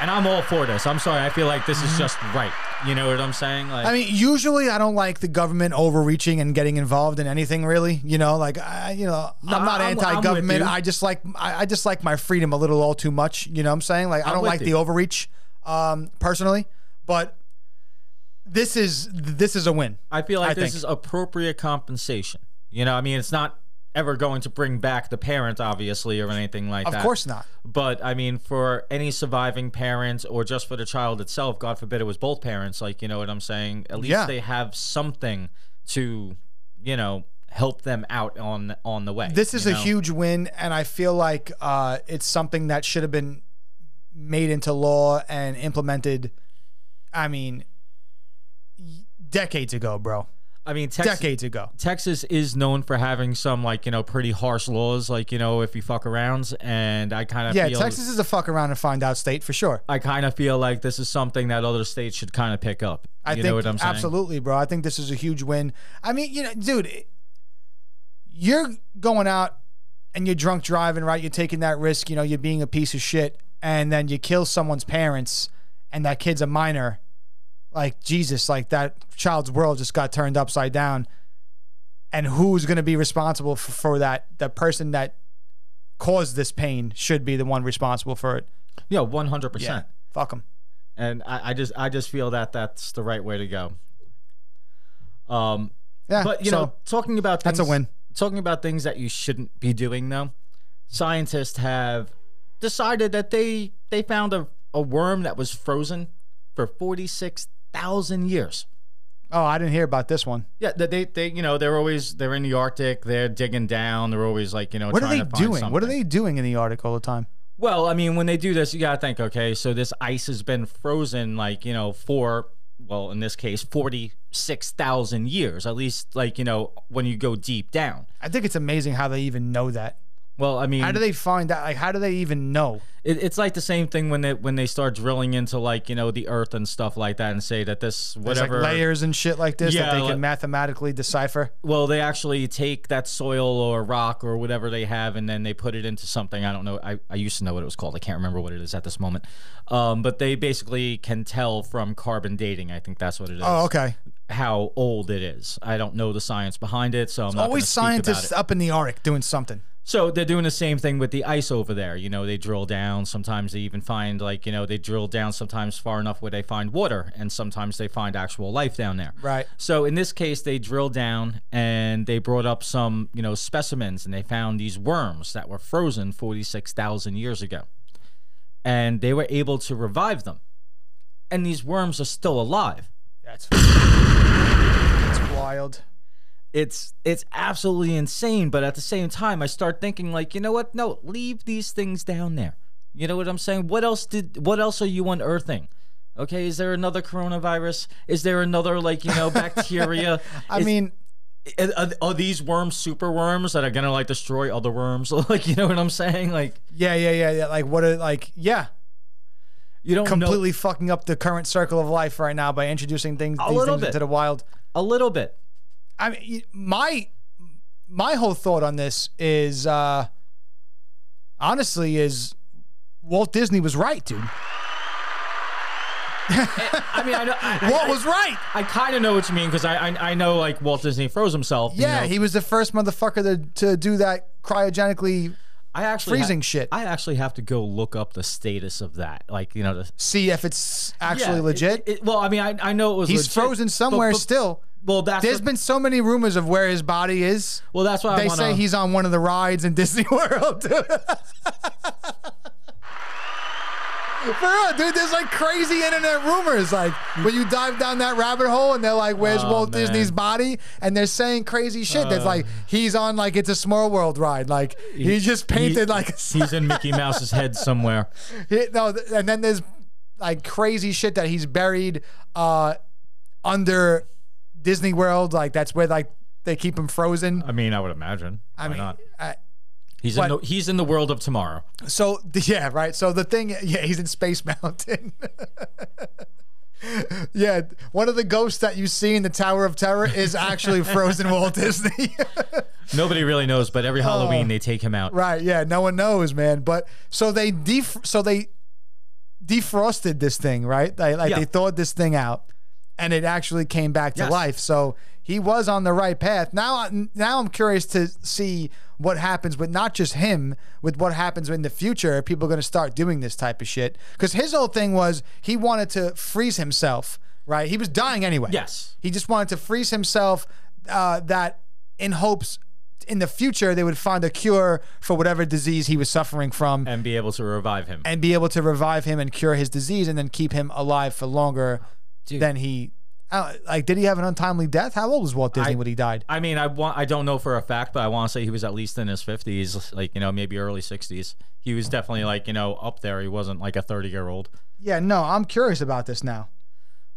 [SPEAKER 3] And I'm all for this. I'm sorry. I feel like this
[SPEAKER 2] Mm-hmm.
[SPEAKER 3] is just right. You know what I'm saying? Like,
[SPEAKER 2] I mean, usually I don't like the government overreaching and getting involved in anything really. You know, like I, you know, I'm not
[SPEAKER 3] I'm- I'm with
[SPEAKER 2] anti-government.
[SPEAKER 3] you.
[SPEAKER 2] I just like I, I just like my freedom a little all too much. You know what I'm saying? Like I'm I do not
[SPEAKER 3] with
[SPEAKER 2] like the
[SPEAKER 3] you.
[SPEAKER 2] overreach, um, personally. But this is this is a win.
[SPEAKER 3] I feel like
[SPEAKER 2] I
[SPEAKER 3] this
[SPEAKER 2] think.
[SPEAKER 3] is appropriate compensation. You know, I mean, it's not ever going to bring back the parent, obviously, or anything like
[SPEAKER 2] Of
[SPEAKER 3] that.
[SPEAKER 2] course not.
[SPEAKER 3] But I mean, for any surviving parent or just for the child itself, God forbid it was both parents, like, you know what I'm saying? At least
[SPEAKER 2] Yeah.
[SPEAKER 3] they have something to, you know, help them out on on the way.
[SPEAKER 2] This is
[SPEAKER 3] you
[SPEAKER 2] a
[SPEAKER 3] know?
[SPEAKER 2] huge win, and I feel like uh, it's something that should have been made into law and implemented. I mean, y- decades ago, bro.
[SPEAKER 3] I mean, Texas,
[SPEAKER 2] Decades ago.
[SPEAKER 3] Texas is known for having some like, you know, pretty harsh laws, like, you know, if you fuck around and I kind of
[SPEAKER 2] Yeah,
[SPEAKER 3] feel
[SPEAKER 2] Texas is a fuck around and find out state for sure.
[SPEAKER 3] I kind of feel like this is something that other states should kind of pick up.
[SPEAKER 2] I
[SPEAKER 3] you
[SPEAKER 2] think
[SPEAKER 3] know what I'm saying?
[SPEAKER 2] absolutely, bro. I think this is a huge win. I mean, you know, dude, it- you're going out and you're drunk driving, right? You're taking that risk. You know, you're being a piece of shit, and then you kill someone's parents, and that kid's a minor. Like Jesus, like that child's world just got turned upside down. And who's going to be responsible for, for that? The person that caused this pain should be the one responsible for it.
[SPEAKER 3] Yeah, 100. percent
[SPEAKER 2] Fuck them.
[SPEAKER 3] And I, I just I just feel that that's the right way to go. Um,
[SPEAKER 2] Yeah,
[SPEAKER 3] but you
[SPEAKER 2] Ah, so
[SPEAKER 3] know, talking about things,
[SPEAKER 2] that's a win.
[SPEAKER 3] Talking about things that you shouldn't be doing though, scientists have decided that they they found a, a worm that was frozen for 46,000 years.
[SPEAKER 2] Oh, I didn't hear about this one.
[SPEAKER 3] Yeah, they, they they you know they're always they're in the Arctic, they're digging down, they're always like you know
[SPEAKER 2] What are
[SPEAKER 3] trying
[SPEAKER 2] they
[SPEAKER 3] to find
[SPEAKER 2] doing? What are
[SPEAKER 3] something.
[SPEAKER 2] they doing in the Arctic all the time?
[SPEAKER 3] Well, I mean, when they do this, you gotta think, okay, so this ice has been frozen, like you know, for well, in this case, forty six thousand years, at least, like you know, when you go deep down.
[SPEAKER 2] I think it's amazing how they even know that.
[SPEAKER 3] Well, I mean,
[SPEAKER 2] How do they find out? Like, how do they even know?
[SPEAKER 3] it, it's like the same thing when they when they start drilling into like you know the earth and stuff like that, and say that this
[SPEAKER 2] There's
[SPEAKER 3] whatever
[SPEAKER 2] like layers and shit like this that
[SPEAKER 3] Yeah,
[SPEAKER 2] they
[SPEAKER 3] like-
[SPEAKER 2] can mathematically decipher.
[SPEAKER 3] Well, they actually take that soil or rock or whatever they have, and then they put it into something. I don't know. I, I used to know what it was called. I can't remember what it is at this moment. Um, but they basically can tell from carbon dating. I think that's what it is.
[SPEAKER 2] Oh, okay.
[SPEAKER 3] How old it is. I don't know the science behind it, so I'm not
[SPEAKER 2] Always
[SPEAKER 3] gonna speak about
[SPEAKER 2] scientists
[SPEAKER 3] it.
[SPEAKER 2] up in the Arctic doing something.
[SPEAKER 3] So they're doing the same thing with the ice over there. You know, they drill down. Sometimes they even find like you know they drill down sometimes far enough where they find water, and sometimes they find actual life down there.
[SPEAKER 2] Right.
[SPEAKER 3] So in this case, they drilled down and they brought up some you know specimens, and they found these worms that were frozen forty six thousand years ago, and they were able to revive them, and these worms are still alive.
[SPEAKER 2] That's it's wild.
[SPEAKER 3] it's it's absolutely insane but at the same time i start thinking like you know what no leave these things down there you know what i'm saying what else did what else are you unearthing okay is there another coronavirus is there another like you know bacteria
[SPEAKER 2] [LAUGHS] I
[SPEAKER 3] Is- eh,
[SPEAKER 2] mean,
[SPEAKER 3] are, are- are these worms super worms that are gonna like destroy other worms [LAUGHS] like you know what i'm saying like
[SPEAKER 2] yeah, yeah, yeah, yeah. Like what? Are, like yeah,
[SPEAKER 3] you don't know
[SPEAKER 2] completely fucking up the current circle of life right now by introducing things these
[SPEAKER 3] little
[SPEAKER 2] things
[SPEAKER 3] bit.
[SPEAKER 2] into the wild.
[SPEAKER 3] a little bit
[SPEAKER 2] I mean, y- my my whole thought on this is uh honestly is Walt Disney was right, dude.
[SPEAKER 3] i mean i know I,
[SPEAKER 2] Walt was right.
[SPEAKER 3] kind of know what you mean because I, I I know like Walt Disney froze himself. you
[SPEAKER 2] Yeah,
[SPEAKER 3] know.
[SPEAKER 2] he was the first motherfucker to, to do that cryogenically
[SPEAKER 3] I actually
[SPEAKER 2] freezing shit.
[SPEAKER 3] I actually have to go look up the status of that. Like, you know, the
[SPEAKER 2] see if it's actually
[SPEAKER 3] Yeah, it-
[SPEAKER 2] legit.
[SPEAKER 3] it- well, I mean, I, I know it was.
[SPEAKER 2] He's
[SPEAKER 3] legit,
[SPEAKER 2] frozen
[SPEAKER 3] but-
[SPEAKER 2] somewhere
[SPEAKER 3] but-
[SPEAKER 2] still.
[SPEAKER 3] Well, that's
[SPEAKER 2] There's
[SPEAKER 3] what-
[SPEAKER 2] been so many rumors of where his body is.
[SPEAKER 3] well, that's why I
[SPEAKER 2] They
[SPEAKER 3] wanna,
[SPEAKER 2] say he's on one of the rides in Disney [LAUGHS] World. Dude. For real, dude, there's like crazy internet rumors. Like when you dive down that rabbit hole and they're like, Where's
[SPEAKER 3] Oh,
[SPEAKER 2] Walt
[SPEAKER 3] man. Uh.
[SPEAKER 2] Disney's body? And they're saying crazy shit that's like he's on like it's a small world ride. Like he, just painted
[SPEAKER 3] he-
[SPEAKER 2] like a
[SPEAKER 3] he's
[SPEAKER 2] [LAUGHS]
[SPEAKER 3] in Mickey Mouse's head somewhere.
[SPEAKER 2] Yeah, no, th- and then there's like crazy shit that he's buried uh, under Disney World. Like that's where like they keep him frozen.
[SPEAKER 3] I mean, I would imagine.
[SPEAKER 2] I
[SPEAKER 3] Why
[SPEAKER 2] mean,
[SPEAKER 3] not?
[SPEAKER 2] I-
[SPEAKER 3] He's
[SPEAKER 2] what-
[SPEAKER 3] in the, he's in the world of tomorrow.
[SPEAKER 2] so [LAUGHS] th- yeah, right. So the thing, [LAUGHS] yeah, he's in Space Mountain. yeah, one of the ghosts that you see in the Tower of Terror is actually frozen Walt Disney. [LAUGHS]
[SPEAKER 3] Nobody really knows, but every Halloween they take him out.
[SPEAKER 2] Oh. [LAUGHS] Right. Yeah. No one knows, man. But so they def so they defrosted this thing, right? They, like
[SPEAKER 3] Yeah.
[SPEAKER 2] they thawed this thing out, and it actually came back to
[SPEAKER 3] Yes.
[SPEAKER 2] life. So he was on the right path. Now, I- now I'm curious to see what happens with not just him, with what happens in the future. Are people going to start doing this type of shit? Because his whole thing was he wanted to freeze himself. Right. He was dying anyway.
[SPEAKER 3] Yes.
[SPEAKER 2] He just wanted to freeze himself uh, that in hopes in the future they would find a cure for whatever disease he was suffering from
[SPEAKER 3] And be able to revive him.
[SPEAKER 2] and be able to revive him and cure his disease and then keep him alive for longer than he. I don't- Like, did he have an untimely death? How old was Walt Disney
[SPEAKER 3] I-
[SPEAKER 2] when he died?
[SPEAKER 3] I mean, I want I don't know for a fact, but I want to say he was at least in his 50s, like, you know, maybe early 60s. He was definitely like, you know, up there. He wasn't like a 30-year-old.
[SPEAKER 2] Yeah, no, I'm curious about this now.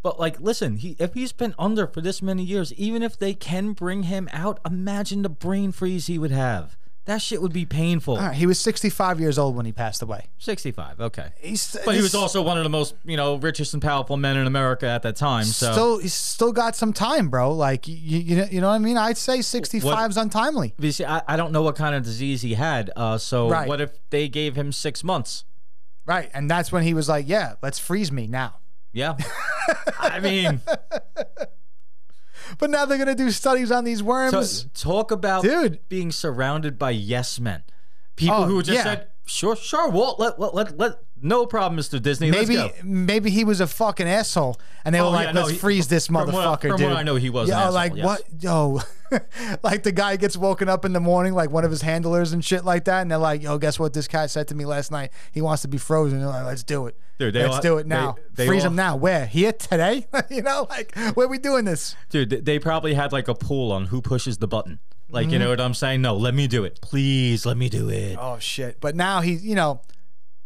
[SPEAKER 3] But like, listen, he if he's been under for this many years, even if they can bring him out, imagine the brain freeze he would have. That shit would be painful.
[SPEAKER 2] All right, he was 65 years old when he passed away.
[SPEAKER 3] Sixty-five, okay.
[SPEAKER 2] He's,
[SPEAKER 3] But he was also one of the most, you know, richest and powerful men in America at that time. So
[SPEAKER 2] still he's still got some time, bro. Like, you, you know, you know what I mean? I'd say 65 is untimely.
[SPEAKER 3] But you see, I, I don't know what kind of disease he had. Uh, so
[SPEAKER 2] Right.
[SPEAKER 3] what if they gave him six months?
[SPEAKER 2] Right. And that's when he was like, yeah, let's freeze me now. [LAUGHS]
[SPEAKER 3] Yeah. I mean,
[SPEAKER 2] But now they're going to do studies on these
[SPEAKER 3] so
[SPEAKER 2] worms.
[SPEAKER 3] talk about
[SPEAKER 2] Dude.
[SPEAKER 3] being surrounded by yes men, people
[SPEAKER 2] Oh,
[SPEAKER 3] who just
[SPEAKER 2] yeah.
[SPEAKER 3] said, "Sure, sure, Walt, let let let, let no problem, Mister Disney,
[SPEAKER 2] maybe
[SPEAKER 3] let's go."
[SPEAKER 2] maybe he was a fucking asshole and they
[SPEAKER 3] Oh,
[SPEAKER 2] were like,
[SPEAKER 3] yeah, no,
[SPEAKER 2] let's
[SPEAKER 3] he-
[SPEAKER 2] freeze this
[SPEAKER 3] from what-
[SPEAKER 2] motherfucker,
[SPEAKER 3] from what
[SPEAKER 2] dude.
[SPEAKER 3] I know, he was an
[SPEAKER 2] Yeah,
[SPEAKER 3] asshole,
[SPEAKER 2] like
[SPEAKER 3] yes.
[SPEAKER 2] what? Yo, [LAUGHS] like the guy gets woken up in the morning, like one of his handlers and shit like that, and they're like, yo, guess what? This guy said to me last night, he wants to be frozen. They're like, let's do it.
[SPEAKER 3] Dude, they
[SPEAKER 2] let's
[SPEAKER 3] all-
[SPEAKER 2] do it
[SPEAKER 3] they-
[SPEAKER 2] now.
[SPEAKER 3] they
[SPEAKER 2] freeze
[SPEAKER 3] all-
[SPEAKER 2] him now. Where? Here today? [LAUGHS] you know, like where we doing this?
[SPEAKER 3] Dude, th- they probably had like a pool on who pushes the button. Like, you know what I'm saying? No, let me do it. Please, let me do it.
[SPEAKER 2] Mm-hmm. Oh shit! But now he's, you know,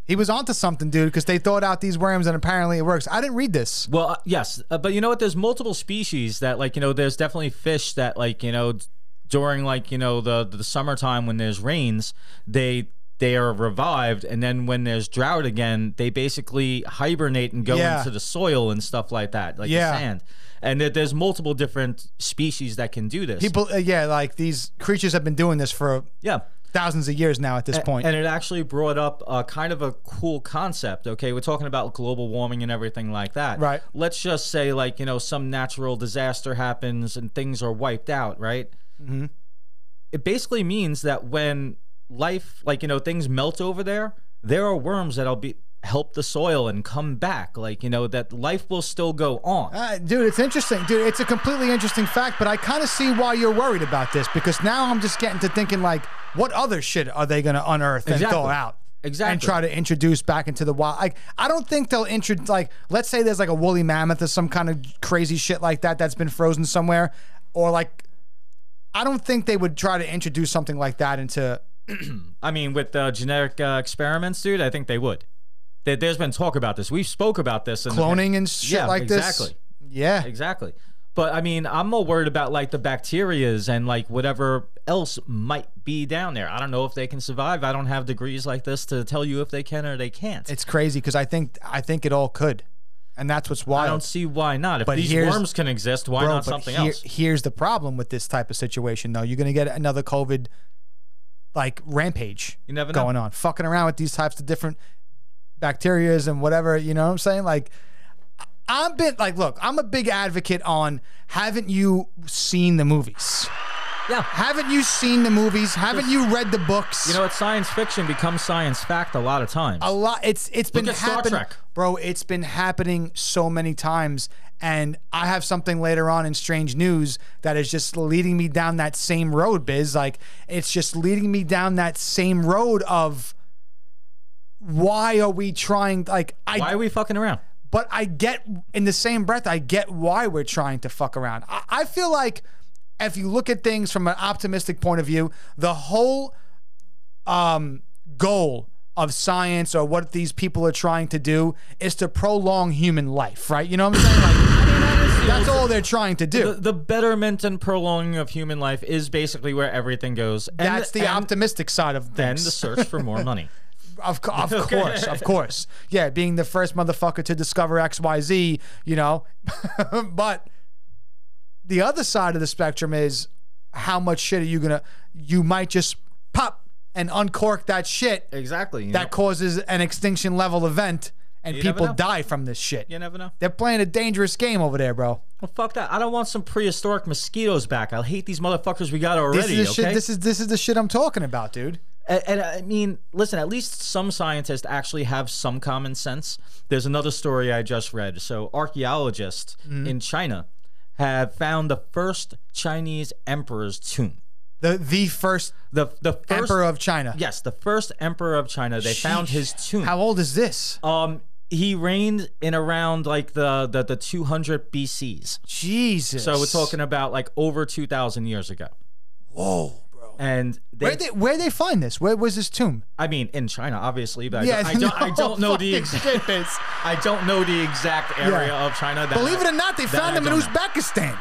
[SPEAKER 2] he was onto something, dude, because they thought out these worms and apparently it works. I didn't read this.
[SPEAKER 3] Well, uh, yes, uh, but you know what? There's multiple species that, like, you know, there's definitely fish that, like, you know, d- during like you know the the summertime when there's rains, they they are revived, and then when there's drought again, they basically hibernate and go
[SPEAKER 2] Yeah.
[SPEAKER 3] into the soil and stuff like that, like the
[SPEAKER 2] Yeah.
[SPEAKER 3] sand. And there- there's multiple different species that can do this.
[SPEAKER 2] People, uh, yeah, like these creatures have been doing this for
[SPEAKER 3] yeah.
[SPEAKER 2] thousands of years now at this point.
[SPEAKER 3] And it actually brought up uh, kind of a cool concept. Okay, we're talking about global warming and everything like that.
[SPEAKER 2] Right.
[SPEAKER 3] Let's just say, like, you know, some natural disaster
[SPEAKER 2] Mm-hmm.
[SPEAKER 3] happens and things are wiped out, right? It basically means that when life, like you know, things melt over there. There are worms that'll be help the soil and come back. Like you know, that life will still go on.
[SPEAKER 2] Uh, dude, it's interesting. Dude, it's a completely interesting fact, but I kind of see why you're worried about this because now I'm just getting to thinking like, what other shit are they going to unearth and
[SPEAKER 3] Exactly.
[SPEAKER 2] throw out? And
[SPEAKER 3] Exactly.
[SPEAKER 2] try to introduce back into the wild. Like, I don't think they'll introduce, like, let's say there's like a woolly mammoth or some kind of crazy shit like that that's been frozen somewhere. Or like, I don't think they would try to introduce something like that into.
[SPEAKER 3] I mean, with the genetic uh, experiments, dude, I think they would. There- There's been talk about this. We've spoke about this. In the-
[SPEAKER 2] Cloning and shit
[SPEAKER 3] Yeah,
[SPEAKER 2] like this.
[SPEAKER 3] exactly.
[SPEAKER 2] Yeah.
[SPEAKER 3] Exactly. But I mean, I'm more worried about like the bacterias and like whatever else might be down there. I don't know if they can survive. I don't have degrees like this to tell you if they can or they can't.
[SPEAKER 2] It's crazy because I think I think it all could, and that's what's wild.
[SPEAKER 3] I don't see why not. If
[SPEAKER 2] But
[SPEAKER 3] these
[SPEAKER 2] here's-
[SPEAKER 3] worms can exist, why
[SPEAKER 2] Bro,
[SPEAKER 3] not
[SPEAKER 2] but
[SPEAKER 3] something
[SPEAKER 2] here-
[SPEAKER 3] else?
[SPEAKER 2] Here's the problem with this type of situation, though. You're gonna get another COVID like rampage
[SPEAKER 3] You never know.
[SPEAKER 2] going on, fucking around with these types of different bacterias and whatever. You know what I'm saying? Like, I- I'm been like, look, I'm a big advocate on. Haven't you seen the movies?
[SPEAKER 3] Yeah.
[SPEAKER 2] Haven't you seen the movies? Haven't you read the books?
[SPEAKER 3] You know, it's science fiction becomes science fact a lot of times.
[SPEAKER 2] a lot. It's it's been
[SPEAKER 3] at Star
[SPEAKER 2] happening,
[SPEAKER 3] Trek.
[SPEAKER 2] bro. It's been happening so many times, and I have something later on in Strange News that is just leading me down that same road, Biz. Like it's just leading me down that same road of why are we trying? Like I,
[SPEAKER 3] why are we fucking around?
[SPEAKER 2] but I get in the same breath, I get why we're trying to fuck around. I, I feel like if you look at things from an optimistic point of view, the whole um, goal of science or what these people are trying to do is to prolong human life, right? You know what I'm
[SPEAKER 3] [COUGHS]
[SPEAKER 2] saying? Like, that's all they're trying to
[SPEAKER 3] The,
[SPEAKER 2] do.
[SPEAKER 3] the betterment and prolonging of human life is basically where everything goes. And,
[SPEAKER 2] That's the
[SPEAKER 3] and
[SPEAKER 2] optimistic side of
[SPEAKER 3] Then the
[SPEAKER 2] things.
[SPEAKER 3] search for more money.
[SPEAKER 2] Of, co- of course, of course. Yeah, being the first motherfucker to discover XYZ, you know. [LAUGHS] but the other side of the spectrum is how much shit are you going to, you might just pop and uncork that shit
[SPEAKER 3] [LAUGHS] Exactly. You,
[SPEAKER 2] that causes an extinction level event and
[SPEAKER 3] never
[SPEAKER 2] people
[SPEAKER 3] know.
[SPEAKER 2] die from this shit.
[SPEAKER 3] you never know.
[SPEAKER 2] They're playing a dangerous game over there, bro.
[SPEAKER 3] Well, fuck that. I don't want some prehistoric mosquitoes back. I hate these motherfuckers we got already.
[SPEAKER 2] This is the
[SPEAKER 3] okay?
[SPEAKER 2] shit. This is this is the shit I'm talking about, dude.
[SPEAKER 3] And, and I mean, listen, at least some scientists actually have some common sense. There's another story I just read. So, archaeologists
[SPEAKER 2] Mm-hmm.
[SPEAKER 3] in China have found the first Chinese emperor's tomb.
[SPEAKER 2] The the first,
[SPEAKER 3] The, the first,
[SPEAKER 2] emperor of China.
[SPEAKER 3] Yes, the first emperor of China. They found his tomb.
[SPEAKER 2] How old is this?
[SPEAKER 3] um, he reigned in around like the, the, the 200 BCs.
[SPEAKER 2] Jesus.
[SPEAKER 3] So, we're talking about like over 2,000 years ago.
[SPEAKER 2] Whoa, bro.
[SPEAKER 3] And they,
[SPEAKER 2] Where they where they find this? Where was this tomb?
[SPEAKER 3] I mean, in China, obviously, but I, don't, I don't, I don't know the exact.
[SPEAKER 2] exact.
[SPEAKER 3] [LAUGHS] I don't know the exact area
[SPEAKER 2] Yeah.
[SPEAKER 3] of China. That
[SPEAKER 2] Believe it or not, they
[SPEAKER 3] that
[SPEAKER 2] found
[SPEAKER 3] I
[SPEAKER 2] them in
[SPEAKER 3] don't know.
[SPEAKER 2] Uzbekistan.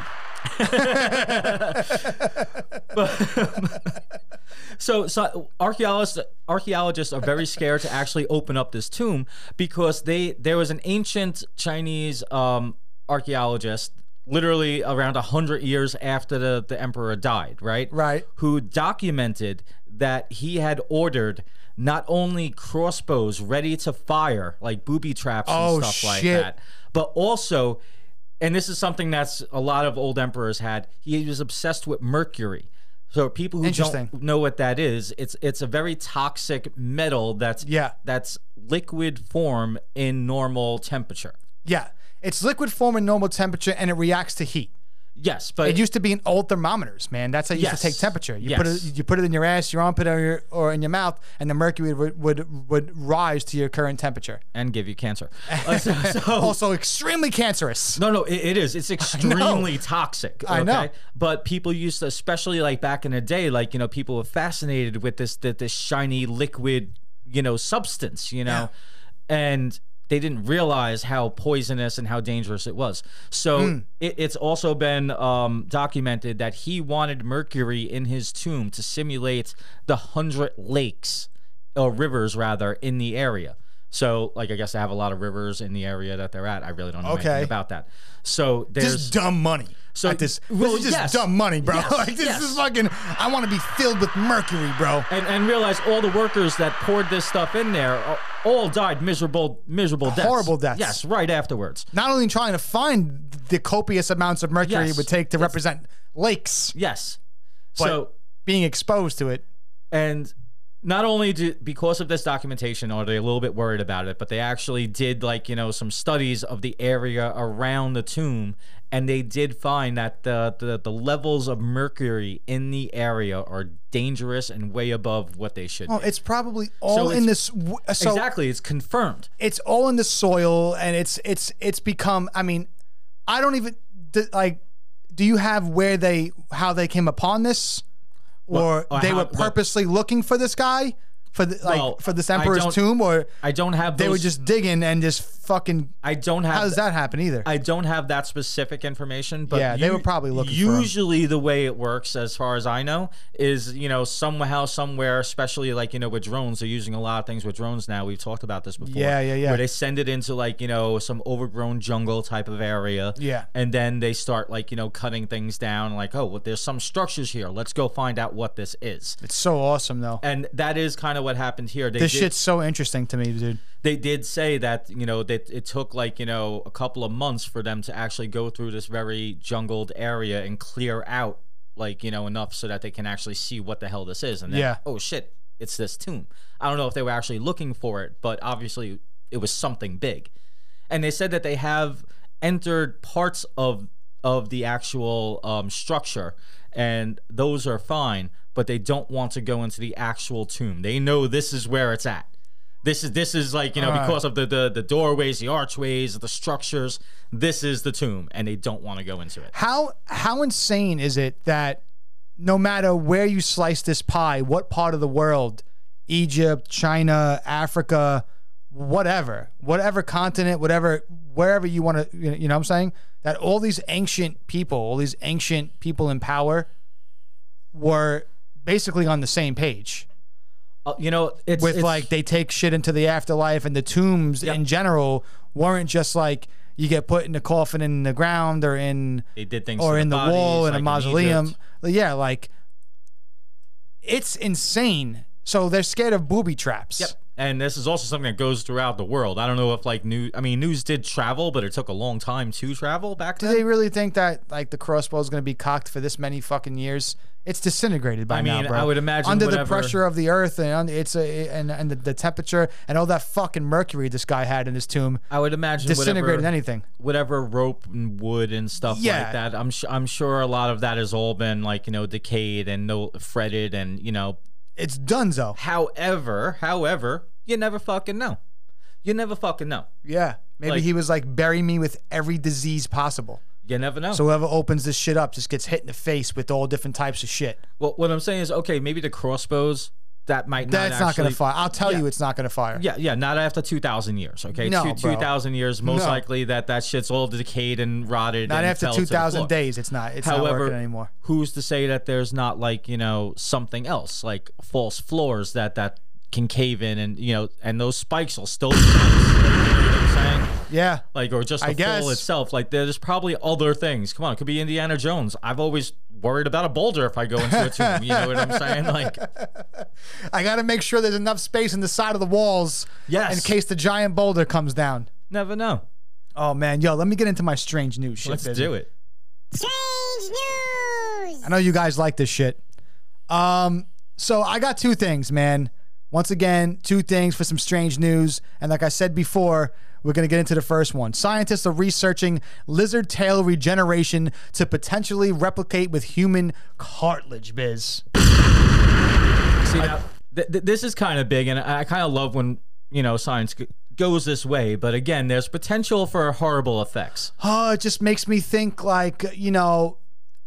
[SPEAKER 3] So, so archaeologists archaeologists are very scared to actually open up this tomb because they there was an ancient Chinese um, archaeologist, literally around hundred years after the, the emperor died, right?
[SPEAKER 2] Right.
[SPEAKER 3] Who documented that he had ordered not only crossbows ready to fire, like booby traps
[SPEAKER 2] Oh,
[SPEAKER 3] and stuff like
[SPEAKER 2] shit.
[SPEAKER 3] that, but also. And this is something that's a lot of old emperors had. He was obsessed with mercury. So people who
[SPEAKER 2] Interesting.
[SPEAKER 3] don't know what that is. It's it's a very toxic metal that's
[SPEAKER 2] Yeah.
[SPEAKER 3] that's liquid form in normal temperature.
[SPEAKER 2] Yeah, it's liquid form in normal temperature, and it reacts to heat.
[SPEAKER 3] Yes, but
[SPEAKER 2] It used to be in old thermometers, man. That's how you used to
[SPEAKER 3] Yes.
[SPEAKER 2] take temperature. You put it,
[SPEAKER 3] Yes.
[SPEAKER 2] you put it in your ass, your armpit, or, your, or in your mouth, and the mercury would, would would rise to your current temperature.
[SPEAKER 3] and give
[SPEAKER 2] [LAUGHS]
[SPEAKER 3] you cancer. Uh, so, so-
[SPEAKER 2] Also, extremely cancerous.
[SPEAKER 3] no, no, it, it
[SPEAKER 2] [LAUGHS]
[SPEAKER 3] is. It's extremely toxic.
[SPEAKER 2] I know.
[SPEAKER 3] okay? But people used to, especially like back in the day, like you know, people were fascinated with this that this shiny liquid, you know, substance, you know, and they didn't realize how poisonous and how dangerous it was. So
[SPEAKER 2] Hmm.
[SPEAKER 3] it, it's also been um, documented that he wanted mercury in his tomb to simulate the hundred lakes or rivers rather in the area. So like I guess they have a lot of rivers in the area that they're at. I really don't know
[SPEAKER 2] Okay.
[SPEAKER 3] anything about that. So there's
[SPEAKER 2] Just dumb money.
[SPEAKER 3] So-
[SPEAKER 2] So this,
[SPEAKER 3] well,
[SPEAKER 2] this is just
[SPEAKER 3] yes.
[SPEAKER 2] dumb money, bro. [LAUGHS]
[SPEAKER 3] Yes,
[SPEAKER 2] like this
[SPEAKER 3] yes.
[SPEAKER 2] is fucking. I want to be filled with mercury, bro.
[SPEAKER 3] and, and realize all the workers that poured this stuff in there uh, all died miserable, miserable deaths.
[SPEAKER 2] Horrible deaths.
[SPEAKER 3] Yes, right afterwards.
[SPEAKER 2] not only trying to find the copious amounts of mercury
[SPEAKER 3] Yes.
[SPEAKER 2] it would take to represent lakes
[SPEAKER 3] Yes.
[SPEAKER 2] But-
[SPEAKER 3] so
[SPEAKER 2] being exposed to it.
[SPEAKER 3] and not only do because of this documentation are they a little bit worried about it, but they actually did like you know some studies of the area around the tomb, and they did find that the the, the levels of mercury in the area are dangerous and way above what they should.
[SPEAKER 2] Oh,
[SPEAKER 3] be.
[SPEAKER 2] it's probably all in
[SPEAKER 3] it's-
[SPEAKER 2] this. w- uh, So
[SPEAKER 3] exactly, it's confirmed.
[SPEAKER 2] it's all in the soil, and it's it's it's become. I mean, I don't even d- like. Do you have where they how they came upon this, or
[SPEAKER 3] or
[SPEAKER 2] they
[SPEAKER 3] how-
[SPEAKER 2] were
[SPEAKER 3] what-
[SPEAKER 2] purposely looking for this guy for the like
[SPEAKER 3] Well,
[SPEAKER 2] for this
[SPEAKER 3] I
[SPEAKER 2] emperor's
[SPEAKER 3] don't-
[SPEAKER 2] tomb, or
[SPEAKER 3] I don't have. Those,
[SPEAKER 2] they were just digging and just fucking.
[SPEAKER 3] I don't have.
[SPEAKER 2] How does that happen either?
[SPEAKER 3] I don't have that specific information, but
[SPEAKER 2] Yeah, they
[SPEAKER 3] u-
[SPEAKER 2] were probably looking for 'em.
[SPEAKER 3] Usually, the way it works, as far as I know, is you know somehow, somewhere, especially like you know with drones, they're using a lot of things with drones now. We've talked about this before.
[SPEAKER 2] Yeah, yeah, yeah.
[SPEAKER 3] Where they send it into like you know some overgrown jungle type of area.
[SPEAKER 2] Yeah.
[SPEAKER 3] and then they start like you know cutting things down. Like oh, well, there's some structures here. Let's go find out what this is.
[SPEAKER 2] it's so awesome though.
[SPEAKER 3] And that is kind of what happened here. They
[SPEAKER 2] This
[SPEAKER 3] did-
[SPEAKER 2] shit's so interesting to me, dude.
[SPEAKER 3] they did say that you know that it took like you know a couple of months for them to actually go through this very jungled area and clear out like you know enough so that they can actually see what the hell this is and then,
[SPEAKER 2] Yeah.
[SPEAKER 3] oh shit it's this tomb i don't know if they were actually looking for it but obviously it was something big and they said that they have entered parts of of the actual um, structure and those are fine but they don't want to go into the actual tomb they know this is where it's at this is this is like you know
[SPEAKER 2] Alright.
[SPEAKER 3] because of the, the the doorways the archways the structures this is the tomb and they don't want to go into it
[SPEAKER 2] How how insane is it that no matter where you slice this pie, what part of the world, Egypt, China, Africa, whatever, whatever continent, whatever wherever you want to you know, you know what I'm saying? That all these ancient people, all these ancient people in power were basically on the same page.
[SPEAKER 3] Uh, you know it's
[SPEAKER 2] with
[SPEAKER 3] it's-
[SPEAKER 2] like they take shit into the afterlife and the tombs in general weren't just like you get put in a coffin in the ground or in
[SPEAKER 3] they did things
[SPEAKER 2] or
[SPEAKER 3] to
[SPEAKER 2] in the
[SPEAKER 3] bodies,
[SPEAKER 2] wall in
[SPEAKER 3] like
[SPEAKER 2] a
[SPEAKER 3] in
[SPEAKER 2] mausoleum.
[SPEAKER 3] Egypt.
[SPEAKER 2] yeah, like it's insane. So they're scared of booby traps.
[SPEAKER 3] Yep. And this is also something that goes throughout the world. I don't know if like new I mean news did travel, but it took a long time to travel back
[SPEAKER 2] Do
[SPEAKER 3] then.
[SPEAKER 2] they really think that like the crossbow is going to be cocked for this many fucking years? It's disintegrated by
[SPEAKER 3] I
[SPEAKER 2] now,
[SPEAKER 3] mean,
[SPEAKER 2] bro.
[SPEAKER 3] I would imagine
[SPEAKER 2] under the
[SPEAKER 3] whatever-
[SPEAKER 2] pressure of the earth and under, it's a, and and the, the temperature and all that fucking mercury this guy had in his tomb
[SPEAKER 3] I would imagine
[SPEAKER 2] disintegrated
[SPEAKER 3] whatever,
[SPEAKER 2] anything.
[SPEAKER 3] whatever rope and wood and stuff
[SPEAKER 2] Yeah.
[SPEAKER 3] like that. I'm su- I'm sure a lot of that has all been like, you know, decayed and no fretted and, you know,
[SPEAKER 2] It's Dunzo.
[SPEAKER 3] however, however, you never fucking know. You never fucking know.
[SPEAKER 2] Yeah. Maybe
[SPEAKER 3] Like-
[SPEAKER 2] he was like, bury me with every disease possible.
[SPEAKER 3] You never know.
[SPEAKER 2] So whoever opens this shit up just gets hit in the face with all different types of shit.
[SPEAKER 3] Well, what I'm saying is, okay, maybe the crossbows that might not
[SPEAKER 2] That's not going
[SPEAKER 3] actually-
[SPEAKER 2] to fire. I'll tell you it's not going to fire.
[SPEAKER 3] Yeah, yeah, not after two thousand years. Okay,
[SPEAKER 2] No,
[SPEAKER 3] two
[SPEAKER 2] bro.
[SPEAKER 3] two thousand years, most
[SPEAKER 2] No.
[SPEAKER 3] likely that that shit's all decayed and rotted.
[SPEAKER 2] Not
[SPEAKER 3] and
[SPEAKER 2] after
[SPEAKER 3] fell to the
[SPEAKER 2] 2,000
[SPEAKER 3] floor.
[SPEAKER 2] days. It's not. It's not
[SPEAKER 3] However,
[SPEAKER 2] working anymore.
[SPEAKER 3] Who's to say that there's not like you know something else, like false floors that that can cave in, and you know, and those spikes will still. be [COUGHS] nice, like, you know what I'm saying?
[SPEAKER 2] Yeah.
[SPEAKER 3] Like or just
[SPEAKER 2] I
[SPEAKER 3] the
[SPEAKER 2] guess.
[SPEAKER 3] fall itself. Like there's probably other things. Come on, it could be Indiana Jones. I've always worried about a boulder if I go into a tomb. You know
[SPEAKER 2] [LAUGHS]
[SPEAKER 3] what I'm saying? Like
[SPEAKER 2] I got to make sure there's enough space in the side of the walls
[SPEAKER 3] Yes.
[SPEAKER 2] in case the giant boulder comes down.
[SPEAKER 3] never know.
[SPEAKER 2] Oh, man. Yo, let me get into my strange news shit.
[SPEAKER 3] Let's
[SPEAKER 2] baby.
[SPEAKER 3] do it.
[SPEAKER 4] Strange news!
[SPEAKER 2] I know you guys like this shit. Um, so I got two things, man. Once again, two things for some strange news. And like I said before, we're going to get into the first one. Scientists are researching lizard tail regeneration to potentially replicate with human cartilage, biz.
[SPEAKER 3] See, now, th- th- this is kind of big, and I, I kind of love when you know science g- goes this way. But again, there's potential for horrible effects.
[SPEAKER 2] Oh, it just makes me think like, you know,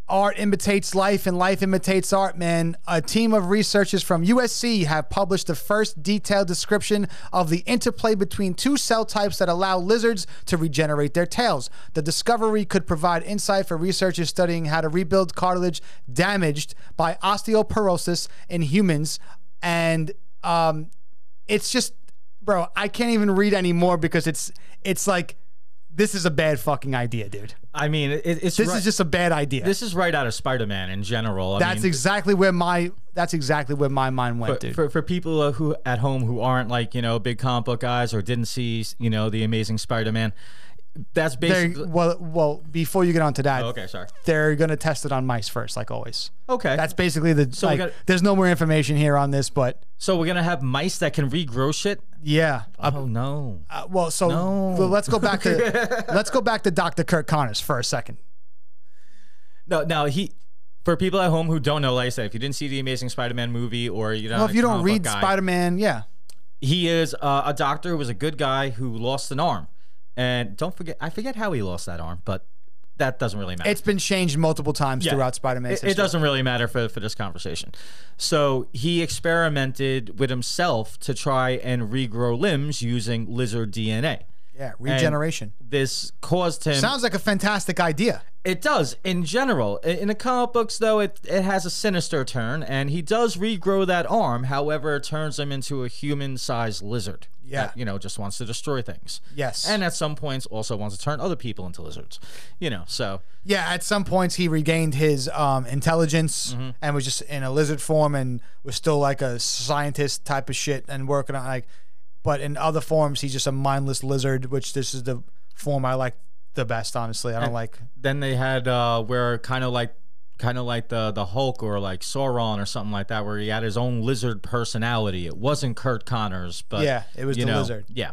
[SPEAKER 2] art imitates life and life imitates art, man. A team of researchers from USC have published the first detailed description of the interplay between two cell types that allow lizards to regenerate their tails. The discovery could provide insight for researchers studying how to rebuild cartilage damaged by osteoporosis in humans and um it's just bro, I can't even read anymore because it's it's like this is a bad fucking idea, dude.
[SPEAKER 3] I mean, it, it's
[SPEAKER 2] This
[SPEAKER 3] right,
[SPEAKER 2] is just a bad idea.
[SPEAKER 3] this is right out of Spider-Man in general. I
[SPEAKER 2] that's
[SPEAKER 3] mean,
[SPEAKER 2] exactly where my that's exactly where my mind went, dude.
[SPEAKER 3] for for people who at home who aren't like you know big comic book guys or didn't see you know the Amazing Spider-Man. that's
[SPEAKER 2] They
[SPEAKER 3] basically.
[SPEAKER 2] well, well, before you get onto that,
[SPEAKER 3] Oh, okay, sorry.
[SPEAKER 2] they're gonna test it on mice first, like always.
[SPEAKER 3] Okay,
[SPEAKER 2] That's basically the.
[SPEAKER 3] we
[SPEAKER 2] like,
[SPEAKER 3] got-
[SPEAKER 2] there's no more information here on this, but
[SPEAKER 3] so we're gonna have mice that can regrow shit.
[SPEAKER 2] yeah. Uh,
[SPEAKER 3] Oh no.
[SPEAKER 2] uh, well, so
[SPEAKER 3] No.
[SPEAKER 2] well, let's go back
[SPEAKER 3] [LAUGHS]
[SPEAKER 2] to let's go back to Dr. Kirk Connors for a second.
[SPEAKER 3] No, no, he. For people at home who don't know, like I said, if you didn't see the Amazing Spider-Man movie or you don't,
[SPEAKER 2] Well, if you don't read
[SPEAKER 3] Spider,
[SPEAKER 2] Spider-Man, yeah,
[SPEAKER 3] he is uh, a doctor who was a good guy who lost an arm, and don't forget, I forget how he lost that arm, but that doesn't really matter.
[SPEAKER 2] it's been changed multiple times
[SPEAKER 3] Yeah.
[SPEAKER 2] throughout Spider-Man's
[SPEAKER 3] it, it
[SPEAKER 2] history.
[SPEAKER 3] doesn't really matter for, for this conversation. So he experimented with himself to try and regrow limbs using lizard DNA.
[SPEAKER 2] Yeah, regeneration.
[SPEAKER 3] This caused him.
[SPEAKER 2] Sounds like a fantastic idea.
[SPEAKER 3] It does in general. I- In the comic books, though, it, it has a sinister turn, and he does regrow that arm. However, it turns him into a human-sized lizard.
[SPEAKER 2] Yeah.
[SPEAKER 3] that, you know, just wants to destroy things.
[SPEAKER 2] Yes.
[SPEAKER 3] and at some points also wants to turn other people into lizards. You know, so
[SPEAKER 2] Yeah, at some points he regained his um, intelligence
[SPEAKER 3] Mm-hmm.
[SPEAKER 2] and was just in a lizard form and was still like a scientist type of shit and working on like. But in other forms, he's just a mindless lizard, which this is the form I like the best. Honestly, I don't like.
[SPEAKER 3] then they had uh, where kind of like kind of like the the Hulk or like Sauron or something like that, where he had his own lizard personality. It wasn't Kurt Connors, but
[SPEAKER 2] Yeah, it was
[SPEAKER 3] you
[SPEAKER 2] the
[SPEAKER 3] know,
[SPEAKER 2] lizard.
[SPEAKER 3] Yeah,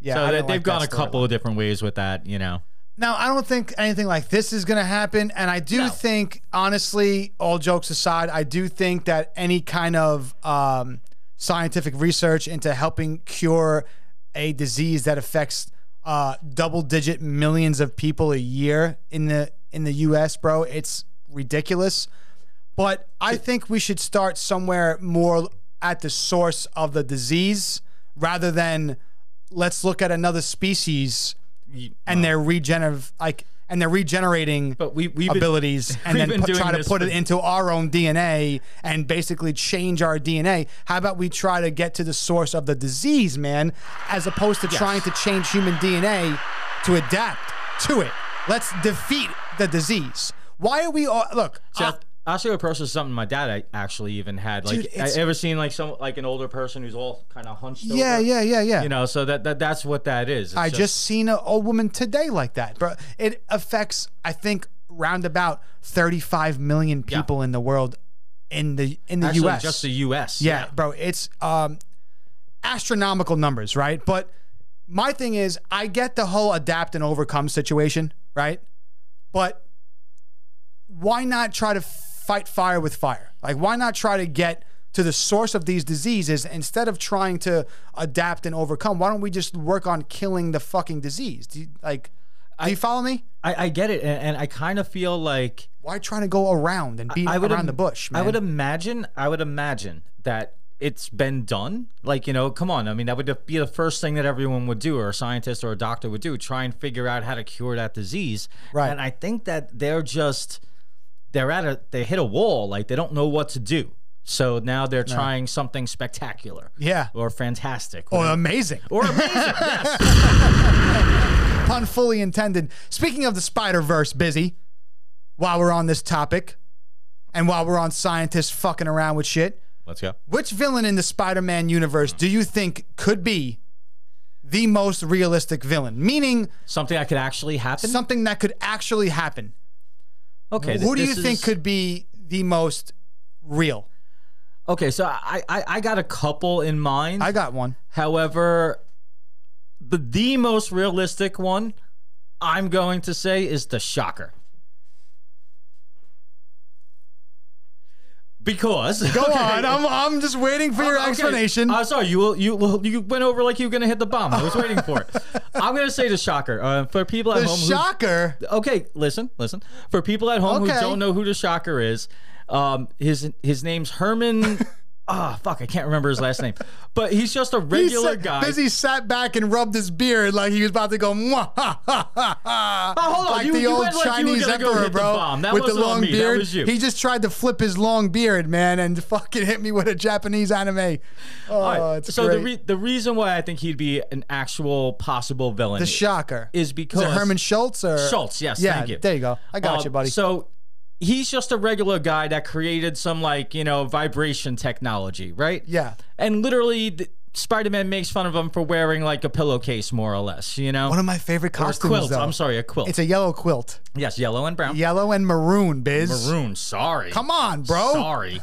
[SPEAKER 2] Yeah,
[SPEAKER 3] so
[SPEAKER 2] I
[SPEAKER 3] they,
[SPEAKER 2] don't
[SPEAKER 3] they've
[SPEAKER 2] like
[SPEAKER 3] gone a
[SPEAKER 2] that
[SPEAKER 3] couple
[SPEAKER 2] storyline.
[SPEAKER 3] of different ways with that. You know,
[SPEAKER 2] Now, I don't think anything like this is going to happen. And I do think, honestly, all jokes aside, I do think that any kind of um, scientific research into helping cure a disease that affects uh, double digit millions of people a year in the in the US, bro, it's ridiculous. But I think we should start somewhere more at the source of the disease rather than let's look at another species and they're regenerative like and they're regenerating
[SPEAKER 3] but we we've been- [LAUGHS]
[SPEAKER 2] abilities and then
[SPEAKER 3] been
[SPEAKER 2] put,
[SPEAKER 3] doing
[SPEAKER 2] try to
[SPEAKER 3] this
[SPEAKER 2] put it
[SPEAKER 3] for-
[SPEAKER 2] into our own DNA and basically change our DNA. How about we try to get to the source of the disease, man, as opposed to trying to change human DNA to adapt to it. Let's defeat the disease. Why are we all look? I-
[SPEAKER 3] Jeff, osteoporosis is something my dad a- actually even had. Like,
[SPEAKER 2] Dude,
[SPEAKER 3] I
[SPEAKER 2] it's-
[SPEAKER 3] ever seen like some like an older person who's all kind of hunched over?
[SPEAKER 2] yeah, yeah, yeah, yeah.
[SPEAKER 3] You know, so that, that that's what that is. It's
[SPEAKER 2] I just, seen an old woman today like that, bro. It affects, I think, roundabout 35 million people in the world, in the in the
[SPEAKER 3] actually
[SPEAKER 2] U.S.
[SPEAKER 3] just the U.S.
[SPEAKER 2] yeah, bro, it's um, astronomical numbers, right? But my thing is, I get the whole adapt and overcome situation, right? But why not try to fight fire with fire? Like, why not try to get to the source of these diseases instead of trying to adapt and overcome? Why don't we just work on killing the fucking disease? Do you, like, do you follow me?
[SPEAKER 3] I, I get it, and, and I kind of feel like
[SPEAKER 2] Why try to go around and beat
[SPEAKER 3] I would
[SPEAKER 2] around
[SPEAKER 3] im-
[SPEAKER 2] the bush, man?
[SPEAKER 3] I would imagine. I would imagine that it's been done. Like you know, come on. I mean, that would be the first thing that everyone would do, or a scientist or a doctor would do, try and figure out how to cure that disease.
[SPEAKER 2] Right.
[SPEAKER 3] And I think that they're just they're at a they hit a wall. Like they don't know what to do. So now they're trying something spectacular.
[SPEAKER 2] Yeah.
[SPEAKER 3] Or fantastic.
[SPEAKER 2] Oh, amazing. [LAUGHS]
[SPEAKER 3] or amazing.
[SPEAKER 2] pun fully intended. Speaking of the Spider Verse, busy. While we're on this topic, and while we're on scientists fucking around with shit,
[SPEAKER 3] Let's go.
[SPEAKER 2] which villain in the Spider Man universe do you think could be the most realistic villain? Meaning
[SPEAKER 3] Something that could actually happen.
[SPEAKER 2] something that could actually happen.
[SPEAKER 3] okay.
[SPEAKER 2] Who do you
[SPEAKER 3] this
[SPEAKER 2] think
[SPEAKER 3] is-
[SPEAKER 2] could be the most real?
[SPEAKER 3] Okay, so I, I I got a couple in mind.
[SPEAKER 2] I got one.
[SPEAKER 3] However, the the most realistic one I'm going to say is the shocker. Because [LAUGHS]
[SPEAKER 2] Go on. I'm, I'm just waiting for your
[SPEAKER 3] Okay.
[SPEAKER 2] explanation.
[SPEAKER 3] I'm sorry. You you well, you went over like you were gonna hit the bomb. I was waiting
[SPEAKER 2] [LAUGHS]
[SPEAKER 3] for it. I'm gonna say the shocker uh, for people at
[SPEAKER 2] the
[SPEAKER 3] home. who-
[SPEAKER 2] shocker.
[SPEAKER 3] okay, listen, listen. For people at home
[SPEAKER 2] Okay.
[SPEAKER 3] who don't know who the shocker is, um, his his name's Herman.
[SPEAKER 2] [LAUGHS]
[SPEAKER 3] Ah, fuck, I can't remember his last name. But he's just a
[SPEAKER 2] He
[SPEAKER 3] regular
[SPEAKER 2] sat-
[SPEAKER 3] guy.
[SPEAKER 2] Busy sat back and rubbed his beard like he was about to go. Mwah, ha, ha, ha, ha.
[SPEAKER 3] Oh, hold on.
[SPEAKER 2] Like
[SPEAKER 3] You-
[SPEAKER 2] the
[SPEAKER 3] you
[SPEAKER 2] old
[SPEAKER 3] went like you were
[SPEAKER 2] Chinese
[SPEAKER 3] gonna go
[SPEAKER 2] emperor,
[SPEAKER 3] hit the
[SPEAKER 2] bro,
[SPEAKER 3] bomb. That
[SPEAKER 2] with the
[SPEAKER 3] wasn't on
[SPEAKER 2] long
[SPEAKER 3] me. That
[SPEAKER 2] beard.
[SPEAKER 3] was you.
[SPEAKER 2] He just tried to flip his long beard, man, and fucking hit me with a Japanese anime. Oh,
[SPEAKER 3] All right,
[SPEAKER 2] it's
[SPEAKER 3] so
[SPEAKER 2] great.
[SPEAKER 3] the re- the reason why I think he'd be an actual possible villain
[SPEAKER 2] the shocker
[SPEAKER 3] is because
[SPEAKER 2] it Herman Schultz or
[SPEAKER 3] Schultz, yes,
[SPEAKER 2] Yeah,
[SPEAKER 3] thank you.
[SPEAKER 2] there you go. I got
[SPEAKER 3] Um,
[SPEAKER 2] you, buddy.
[SPEAKER 3] So he's just a regular guy that created some like you know vibration technology, right?
[SPEAKER 2] Yeah.
[SPEAKER 3] And literally, th- Spider Man makes fun of him for wearing like a pillowcase, more or less. You know,
[SPEAKER 2] One of my favorite
[SPEAKER 3] or a
[SPEAKER 2] costumes.
[SPEAKER 3] quilt.
[SPEAKER 2] though.
[SPEAKER 3] I'm sorry, a quilt.
[SPEAKER 2] It's a yellow quilt.
[SPEAKER 3] yes, yellow and brown.
[SPEAKER 2] Yellow and maroon, biz.
[SPEAKER 3] Maroon. Sorry.
[SPEAKER 2] Come on, bro. [LAUGHS]
[SPEAKER 3] Sorry.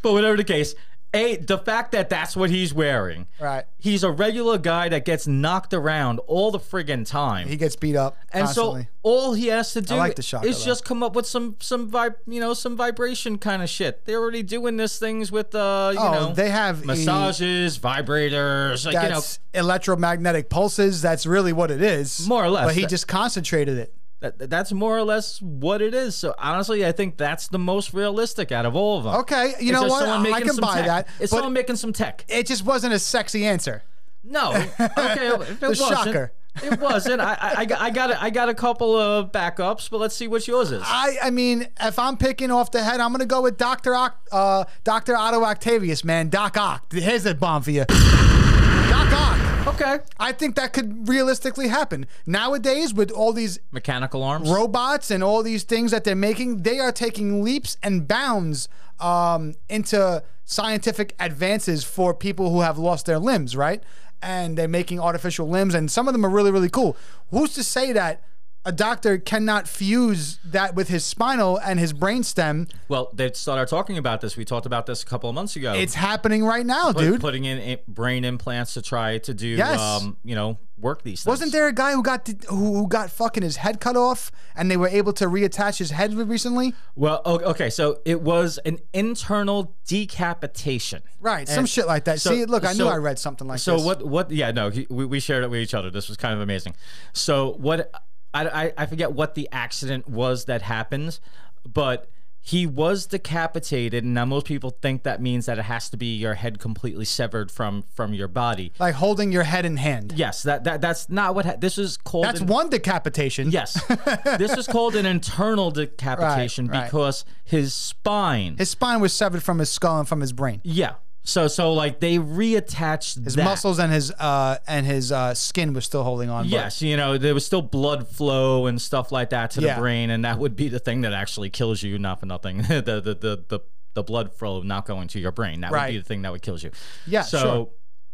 [SPEAKER 3] but whatever the case, a the fact that that's what he's wearing.
[SPEAKER 2] Right.
[SPEAKER 3] He's a regular guy that gets knocked around all the friggin' time.
[SPEAKER 2] He gets beat up
[SPEAKER 3] and
[SPEAKER 2] constantly.
[SPEAKER 3] so all he has to do
[SPEAKER 2] like the shocker,
[SPEAKER 3] is
[SPEAKER 2] though.
[SPEAKER 3] just come up with some some vib, you know, some vibration kind of shit. They're already doing this things with uh, you
[SPEAKER 2] Oh,
[SPEAKER 3] know,
[SPEAKER 2] they have a-
[SPEAKER 3] massages, vibrators, like you know,
[SPEAKER 2] that's electromagnetic pulses. That's really what it is.
[SPEAKER 3] More or less.
[SPEAKER 2] But he
[SPEAKER 3] That-
[SPEAKER 2] just concentrated it.
[SPEAKER 3] that, that's more or less what it is. So honestly, I think that's the most realistic out of all of them.
[SPEAKER 2] Okay, you
[SPEAKER 3] It's
[SPEAKER 2] know
[SPEAKER 3] just
[SPEAKER 2] what?
[SPEAKER 3] someone
[SPEAKER 2] I
[SPEAKER 3] making
[SPEAKER 2] can
[SPEAKER 3] some
[SPEAKER 2] buy
[SPEAKER 3] tech.
[SPEAKER 2] that,
[SPEAKER 3] It's
[SPEAKER 2] but-
[SPEAKER 3] someone making some tech.
[SPEAKER 2] It just wasn't a sexy answer.
[SPEAKER 3] [LAUGHS] No. Okay. It
[SPEAKER 2] The
[SPEAKER 3] wasn't.
[SPEAKER 2] shocker.
[SPEAKER 3] It wasn't. I, I, I got- I got a, I got a couple of backups, but let's see what yours is.
[SPEAKER 2] I, I mean, if I'm picking off the head, I'm gonna go with Doctor Oc- uh, Doctor Otto Octavius, man, Doc Ock. Here's a bomb for you, Doc Ock.
[SPEAKER 3] Okay.
[SPEAKER 2] I think that could realistically happen nowadays with all these
[SPEAKER 3] Mechanical arms.
[SPEAKER 2] robots and all these things that they're making. They are taking leaps and bounds um, into scientific advances for people who have lost their limbs, right? And they're making artificial limbs, and some of them are really, really cool. Who's to say that a doctor cannot fuse that with his spinal and his brainstem?
[SPEAKER 3] well, they started talking about this. We talked about this a couple of months ago.
[SPEAKER 2] It's happening right now,
[SPEAKER 3] Put-
[SPEAKER 2] dude.
[SPEAKER 3] putting in i- brain implants to try to do,
[SPEAKER 2] Yes.
[SPEAKER 3] um, you know, work these things.
[SPEAKER 2] Wasn't there a guy who got who who got fucking his head cut off, and they were able to reattach his head recently?
[SPEAKER 3] Well, o- okay. So it was an internal decapitation.
[SPEAKER 2] Right, some
[SPEAKER 3] And
[SPEAKER 2] shit like that.
[SPEAKER 3] so-
[SPEAKER 2] See, look, I knew
[SPEAKER 3] so-
[SPEAKER 2] I read something like
[SPEAKER 3] so
[SPEAKER 2] this.
[SPEAKER 3] what what yeah no he, we, we shared it with each other this was kind of amazing so what I, I i forget what the accident was that happened but he was decapitated and now most people think that means that it has to be your head completely severed from from your body
[SPEAKER 2] like holding your head in hand.
[SPEAKER 3] yes that, that that's not what ha- this is called
[SPEAKER 2] That's
[SPEAKER 3] an-
[SPEAKER 2] one decapitation. [LAUGHS]
[SPEAKER 3] yes this is called an internal decapitation
[SPEAKER 2] right.
[SPEAKER 3] because his spine
[SPEAKER 2] His spine was severed from his skull and from his brain.
[SPEAKER 3] yeah so so like they reattached
[SPEAKER 2] His
[SPEAKER 3] that.
[SPEAKER 2] muscles and his uh and his uh skin was still holding on. but-
[SPEAKER 3] Yes, you know, there was still blood flow and stuff like that to
[SPEAKER 2] Yeah.
[SPEAKER 3] the brain, and that would be the thing that actually kills you, not for nothing. [LAUGHS] the, the the the the blood flow not going to your brain. That would be
[SPEAKER 2] Right.
[SPEAKER 3] the thing that would kill you.
[SPEAKER 2] Yeah,
[SPEAKER 3] So
[SPEAKER 2] sure.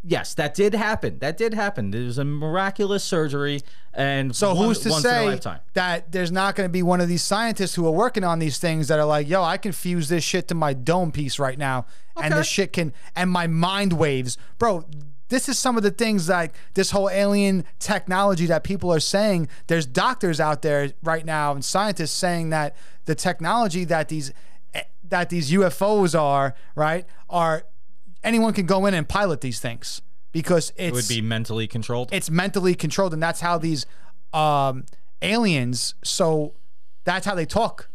[SPEAKER 3] yes, that did happen. That did happen. There was a miraculous surgery and
[SPEAKER 2] So
[SPEAKER 3] one-
[SPEAKER 2] who's to
[SPEAKER 3] once in a
[SPEAKER 2] say
[SPEAKER 3] lifetime.
[SPEAKER 2] that there's not going to be one of these scientists who are working on these things that are like, yo, I can fuse this shit to my dome piece right now, and
[SPEAKER 3] Okay.
[SPEAKER 2] this shit can and my mind waves, bro. This is some of the things like this whole alien technology that people are saying. There's doctors out there right now and scientists saying that the technology that these eh, that these UFOs are right are anyone can go in and pilot these things because it's
[SPEAKER 3] It would be mentally controlled.
[SPEAKER 2] it's mentally controlled, and that's how these um, aliens. So that's how they talk.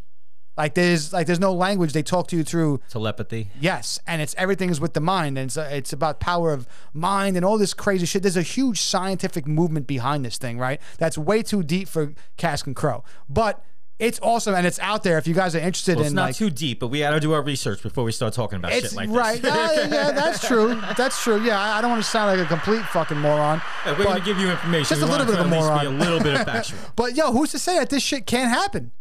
[SPEAKER 2] Like there's like there's no language. They talk to you through
[SPEAKER 3] Telepathy.
[SPEAKER 2] yes, and it's everything is with the mind, and it's, uh, it's about power of mind and all this crazy shit. There's a huge scientific movement behind this thing, right? That's way too deep for Cask and Crow, but it's awesome and it's out there. If you guys are interested
[SPEAKER 3] Well, it's
[SPEAKER 2] in
[SPEAKER 3] not
[SPEAKER 2] like,
[SPEAKER 3] too deep, but we gotta do our research before we start talking about shit
[SPEAKER 2] it's
[SPEAKER 3] like
[SPEAKER 2] right.
[SPEAKER 3] this.
[SPEAKER 2] yeah, yeah, yeah, that's true. That's true. Yeah, I, I don't want to sound like a complete fucking moron.
[SPEAKER 3] [LAUGHS] We're gonna
[SPEAKER 2] but-
[SPEAKER 3] give you information.
[SPEAKER 2] just a
[SPEAKER 3] We
[SPEAKER 2] little
[SPEAKER 3] want it
[SPEAKER 2] bit of a
[SPEAKER 3] to at least
[SPEAKER 2] moron.
[SPEAKER 3] Be a little bit
[SPEAKER 2] [LAUGHS]
[SPEAKER 3] of factual.
[SPEAKER 2] But yo, who's to say that this shit can't happen?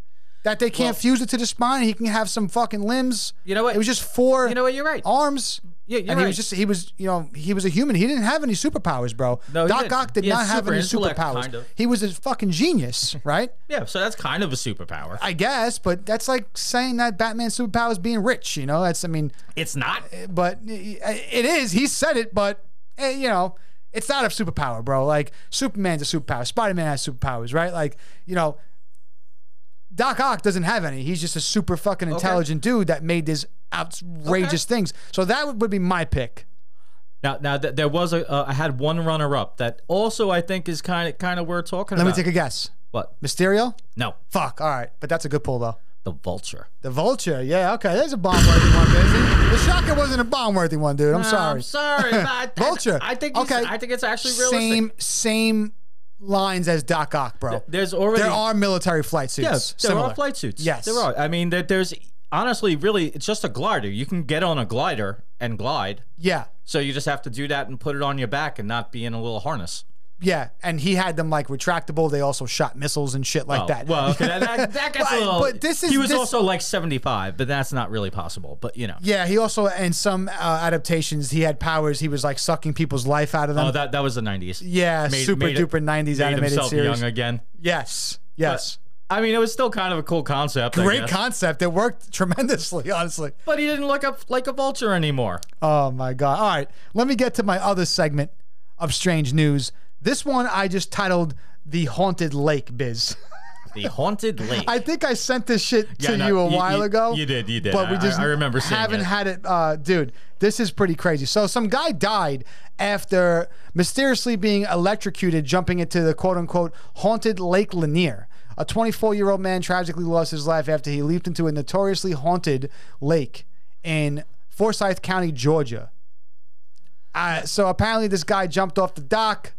[SPEAKER 2] That they can't fuse it to the spine. He can have some fucking limbs.
[SPEAKER 3] You know what?
[SPEAKER 2] It was just four.
[SPEAKER 3] You know what? You're right.
[SPEAKER 2] Arms.
[SPEAKER 3] Yeah, you're
[SPEAKER 2] and he was
[SPEAKER 3] right.
[SPEAKER 2] just he was you know he was a human. He didn't have any superpowers, bro.
[SPEAKER 3] No, he
[SPEAKER 2] Doc
[SPEAKER 3] didn't.
[SPEAKER 2] Ock did
[SPEAKER 3] He had
[SPEAKER 2] not have
[SPEAKER 3] super
[SPEAKER 2] any
[SPEAKER 3] intellect,
[SPEAKER 2] superpowers.
[SPEAKER 3] kind of.
[SPEAKER 2] He was a fucking
[SPEAKER 3] [LAUGHS]
[SPEAKER 2] genius, right?
[SPEAKER 3] Yeah, so that's kind of a superpower.
[SPEAKER 2] I guess, but that's like saying that Batman's superpower is being rich. You know, that's I mean,
[SPEAKER 3] it's not.
[SPEAKER 2] but it is. He said it, but eh, you know, it's not a superpower, bro. Like Superman's a superpower. Spider Man has superpowers, right? Like you know, Doc Ock doesn't have any. He's just a super fucking intelligent dude that made these outrageous things. So that would, would be my pick.
[SPEAKER 3] Now, now th- there was a. Uh, I had one runner-up that also I think is kind of kind of worth talking
[SPEAKER 2] Let me
[SPEAKER 3] about.
[SPEAKER 2] take a guess.
[SPEAKER 3] what?
[SPEAKER 2] Mysterio.
[SPEAKER 3] No,
[SPEAKER 2] Fuck. All right, but that's a good pull though.
[SPEAKER 3] the vulture.
[SPEAKER 2] The Vulture. Yeah. Okay. There's a bomb worthy one. Busy. The Shocker wasn't a bomb worthy one, dude. I'm sorry.
[SPEAKER 3] I'm sorry. but [LAUGHS] I, I-
[SPEAKER 2] Vulture.
[SPEAKER 3] I, think. It's,
[SPEAKER 2] Okay.
[SPEAKER 3] I think it's actually realistic.
[SPEAKER 2] Same. Same lines as Doc Ock, bro.
[SPEAKER 3] There's already.
[SPEAKER 2] There are military flight suits.
[SPEAKER 3] Yeah, there
[SPEAKER 2] similar.
[SPEAKER 3] are flight suits.
[SPEAKER 2] Yes.
[SPEAKER 3] there are. I mean, there, there's honestly, really, it's just a glider. You can get on a glider and glide.
[SPEAKER 2] Yeah,
[SPEAKER 3] So you just have to do that and put it on your back and not be in a little harness.
[SPEAKER 2] yeah, and he had them like retractable. They also shot missiles and shit like
[SPEAKER 3] Oh,
[SPEAKER 2] that. [LAUGHS]
[SPEAKER 3] Well, okay, that, that, that gets
[SPEAKER 2] But-
[SPEAKER 3] a little.
[SPEAKER 2] but this is-
[SPEAKER 3] he was
[SPEAKER 2] this-
[SPEAKER 3] also like 75, but that's not really possible. But you know,
[SPEAKER 2] yeah, he also in some uh, adaptations he had powers. He was like sucking people's life out of them.
[SPEAKER 3] oh, that that was the 90s.
[SPEAKER 2] yeah,
[SPEAKER 3] Made-
[SPEAKER 2] super
[SPEAKER 3] made it-
[SPEAKER 2] duper nineties
[SPEAKER 3] made
[SPEAKER 2] animated
[SPEAKER 3] himself
[SPEAKER 2] series.
[SPEAKER 3] young again.
[SPEAKER 2] Yes, yes,
[SPEAKER 3] I mean, it was still kind of a cool concept. I
[SPEAKER 2] great
[SPEAKER 3] guess.
[SPEAKER 2] concept. It worked [LAUGHS] tremendously, honestly.
[SPEAKER 3] but he didn't look up like a vulture anymore.
[SPEAKER 2] Oh my god! All right, let me get to my other segment of strange news. This one I just titled "The Haunted Lake Biz." [LAUGHS]
[SPEAKER 3] The haunted lake.
[SPEAKER 2] I think I sent this shit to
[SPEAKER 3] Yeah, no,
[SPEAKER 2] you a
[SPEAKER 3] you-
[SPEAKER 2] while
[SPEAKER 3] you-
[SPEAKER 2] ago.
[SPEAKER 3] you did, you did.
[SPEAKER 2] But we
[SPEAKER 3] I-
[SPEAKER 2] just
[SPEAKER 3] I remember seeing
[SPEAKER 2] haven't
[SPEAKER 3] it.
[SPEAKER 2] had it, uh, dude. This is pretty crazy. So some guy died after mysteriously being electrocuted, jumping into the quote unquote haunted Lake Lanier. A 24 year old man tragically lost his life after he leaped into a notoriously haunted lake in Forsyth County, Georgia. Uh, so apparently, this guy jumped off the dock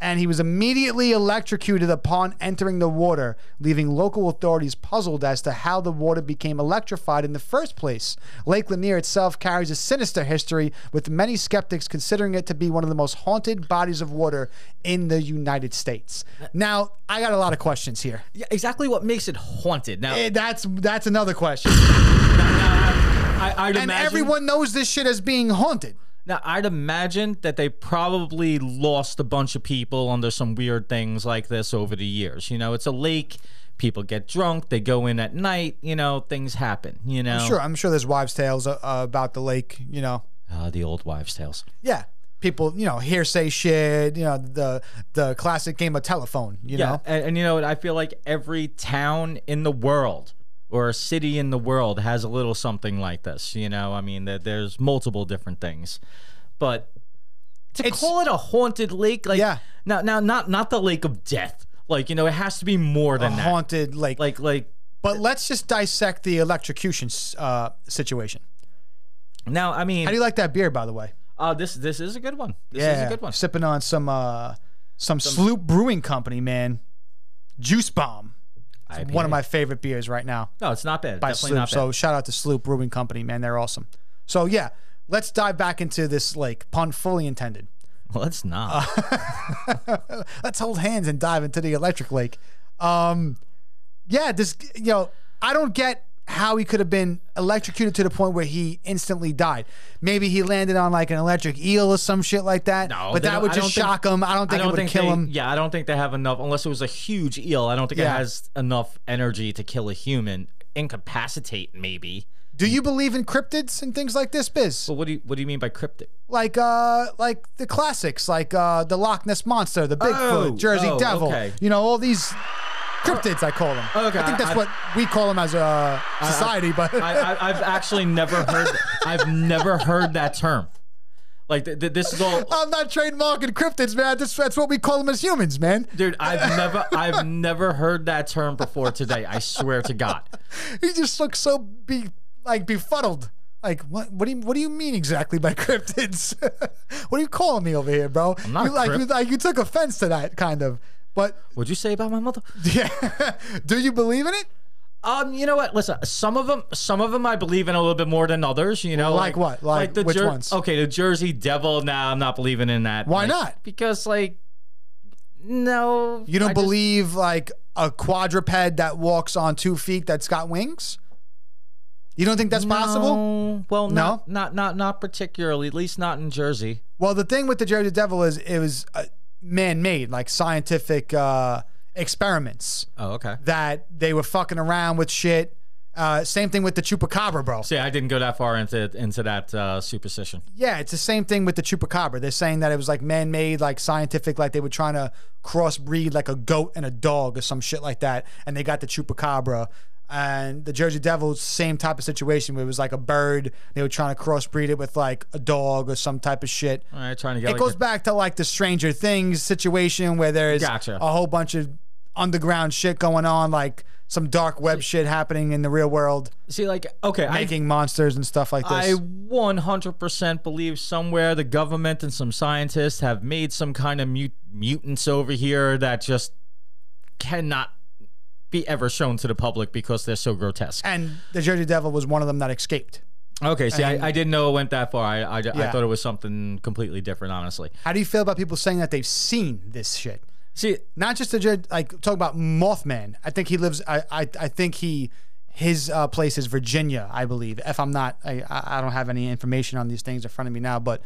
[SPEAKER 2] and he was immediately electrocuted upon entering the water, leaving local authorities puzzled as to how the water became electrified in the first place. Lake Lanier itself carries a sinister history, with many skeptics considering it to be one of the most haunted bodies of water in the United States. Now, I got a lot of questions here.
[SPEAKER 3] Yeah, exactly what makes it haunted. Now,
[SPEAKER 2] Eh, That's that's another question.
[SPEAKER 3] I, I'd
[SPEAKER 2] And
[SPEAKER 3] imagine.
[SPEAKER 2] everyone knows this shit as being haunted.
[SPEAKER 3] Now, I'd imagine that they probably lost a bunch of people under some weird things like this over the years. You know, it's a lake. People get drunk. They go in at night. You know, things happen. You know,
[SPEAKER 2] Sure, I'm sure there's wives' tales uh, uh, about the lake. You know,
[SPEAKER 3] Ah, the old wives' tales.
[SPEAKER 2] yeah people you know hearsay shit you know the the classic game of telephone you
[SPEAKER 3] Yeah,
[SPEAKER 2] know
[SPEAKER 3] and, and you know, what? I feel like every town in the world or a city in the world has a little something like this. You know, I mean, that there's multiple different things, but to
[SPEAKER 2] It's-
[SPEAKER 3] call it a haunted lake, like
[SPEAKER 2] Yeah.
[SPEAKER 3] now, now, not not the lake of death. Like you know, it has to be more than that.
[SPEAKER 2] haunted lake
[SPEAKER 3] like like
[SPEAKER 2] but let's just dissect the electrocution uh, situation
[SPEAKER 3] now. I mean,
[SPEAKER 2] how do you like that beer by the way
[SPEAKER 3] uh, this this is a good one. This is a good one.
[SPEAKER 2] sipping on some uh some, sloop brewing company man juice bomb
[SPEAKER 3] IPA.
[SPEAKER 2] one of my favorite beers right now
[SPEAKER 3] no, it's not bad.
[SPEAKER 2] by
[SPEAKER 3] Definitely
[SPEAKER 2] Sloop.
[SPEAKER 3] not bad.
[SPEAKER 2] So shout out to Sloop Brewing Company, man, they're awesome. So yeah, let's dive back into this lake, pun fully intended.
[SPEAKER 3] well, it's
[SPEAKER 2] Uh,
[SPEAKER 3] not.
[SPEAKER 2] let's hold hands and dive into the electric lake. Um, yeah, this you know, I don't get how he could have been electrocuted to the point where he instantly died. Maybe he landed on like an electric eel or some shit like that.
[SPEAKER 3] No,
[SPEAKER 2] but
[SPEAKER 3] they
[SPEAKER 2] that
[SPEAKER 3] don't-
[SPEAKER 2] would
[SPEAKER 3] I
[SPEAKER 2] just
[SPEAKER 3] don't think-
[SPEAKER 2] shock him. I don't think it would kill
[SPEAKER 3] they,
[SPEAKER 2] him.
[SPEAKER 3] Yeah, I don't think they have enough. Unless it was a huge eel, I don't think
[SPEAKER 2] Yeah.
[SPEAKER 3] it has enough energy to kill a human. Incapacitate, maybe.
[SPEAKER 2] Do you believe in cryptids and things like this, Biz?
[SPEAKER 3] But what do you what do you mean by cryptic?
[SPEAKER 2] Like uh like the classics, like uh the Loch Ness monster, the Bigfoot,
[SPEAKER 3] Oh,
[SPEAKER 2] Jersey
[SPEAKER 3] oh,
[SPEAKER 2] Devil.
[SPEAKER 3] okay.
[SPEAKER 2] You know, all these cryptids I call them.
[SPEAKER 3] Okay,
[SPEAKER 2] I think that's
[SPEAKER 3] I-
[SPEAKER 2] what we call them as a society, but
[SPEAKER 3] I, I, I've actually never heard. I've never heard that term. Like th- th- this is all,
[SPEAKER 2] I'm not trademarking cryptids, man. That's, that's what we call them as humans, man.
[SPEAKER 3] dude. I've never I've never heard that term before today. I swear to God.
[SPEAKER 2] He just looks so be like befuddled. Like what? What do you What do you mean exactly by [LAUGHS] cryptids? what are you calling me over here, bro? I'm
[SPEAKER 3] not
[SPEAKER 2] you, like,
[SPEAKER 3] crypt-
[SPEAKER 2] you, like you took offense to that kind of. But [LAUGHS]
[SPEAKER 3] What'd you say about my mother?
[SPEAKER 2] yeah, do you believe in it?
[SPEAKER 3] Um, you know what? Listen, some of them, some of them, I believe in a little bit more than others. You know,
[SPEAKER 2] Like what? Like which ones?
[SPEAKER 3] Okay, the Jersey Devil. Now I'm not believing in that.
[SPEAKER 2] Why
[SPEAKER 3] Like,
[SPEAKER 2] not?
[SPEAKER 3] Because like, no,
[SPEAKER 2] You don't
[SPEAKER 3] I just-
[SPEAKER 2] believe like a quadruped that walks on two feet that's got wings. You don't think that's possible?
[SPEAKER 3] No. Well,
[SPEAKER 2] No?
[SPEAKER 3] not, not not not particularly. At least not in Jersey.
[SPEAKER 2] Well, the thing with the Jersey Devil is it was uh, man-made, like scientific uh, experiments.
[SPEAKER 3] Oh, okay.
[SPEAKER 2] that they were fucking around with shit. Uh, same thing with the chupacabra, bro.
[SPEAKER 3] See, I didn't go that far into into that uh, superstition.
[SPEAKER 2] Yeah, it's the same thing with the chupacabra. They're saying that it was like man made, like scientific, like they were trying to crossbreed like a goat and a dog or some shit like that. And they got the chupacabra. And the Jersey Devil, same type of situation where it was like a bird. They were trying to crossbreed it with like a dog or some type of shit.
[SPEAKER 3] All right, trying to get.
[SPEAKER 2] It
[SPEAKER 3] like
[SPEAKER 2] goes
[SPEAKER 3] a-
[SPEAKER 2] back to like the Stranger Things situation where there's
[SPEAKER 3] Gotcha.
[SPEAKER 2] a whole bunch of underground shit going on, like some dark web shit happening in the real world,
[SPEAKER 3] See, like, okay, I
[SPEAKER 2] making monsters and stuff like
[SPEAKER 3] I
[SPEAKER 2] this.
[SPEAKER 3] 100% believe somewhere the government and some scientists have made some kind of mut- mutants over here that just cannot be ever shown to the public because they're so grotesque.
[SPEAKER 2] and the Jersey Devil was one of them that escaped.
[SPEAKER 3] Okay, see,
[SPEAKER 2] And-
[SPEAKER 3] I, I didn't know it went that far. I, I, I
[SPEAKER 2] Yeah.
[SPEAKER 3] thought it was something completely different, honestly.
[SPEAKER 2] How do you feel about people saying that they've seen this shit?
[SPEAKER 3] See,
[SPEAKER 2] Not just the judge, like talk about Mothman. I think he lives. I I, I think he his uh, place is Virginia, I believe. If I'm not, I I I don't have any information on these things in front of me now, but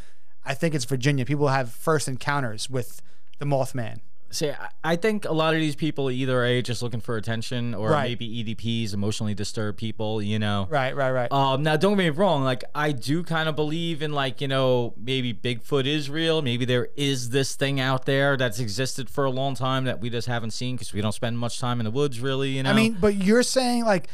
[SPEAKER 2] I think it's Virginia. People have first encounters with the Mothman.
[SPEAKER 3] see, I- I think a lot of these people either a just looking for attention or
[SPEAKER 2] Right.
[SPEAKER 3] maybe EDPs, emotionally disturbed people. You know,
[SPEAKER 2] Right, right, right.
[SPEAKER 3] Um, now, don't get me wrong. Like, I do kind of believe in, like, you know, maybe Bigfoot is real. Maybe there is this thing out there that's existed for a long time that we just haven't seen because we don't spend much time in the woods, really. You know,
[SPEAKER 2] I mean, but you're saying like,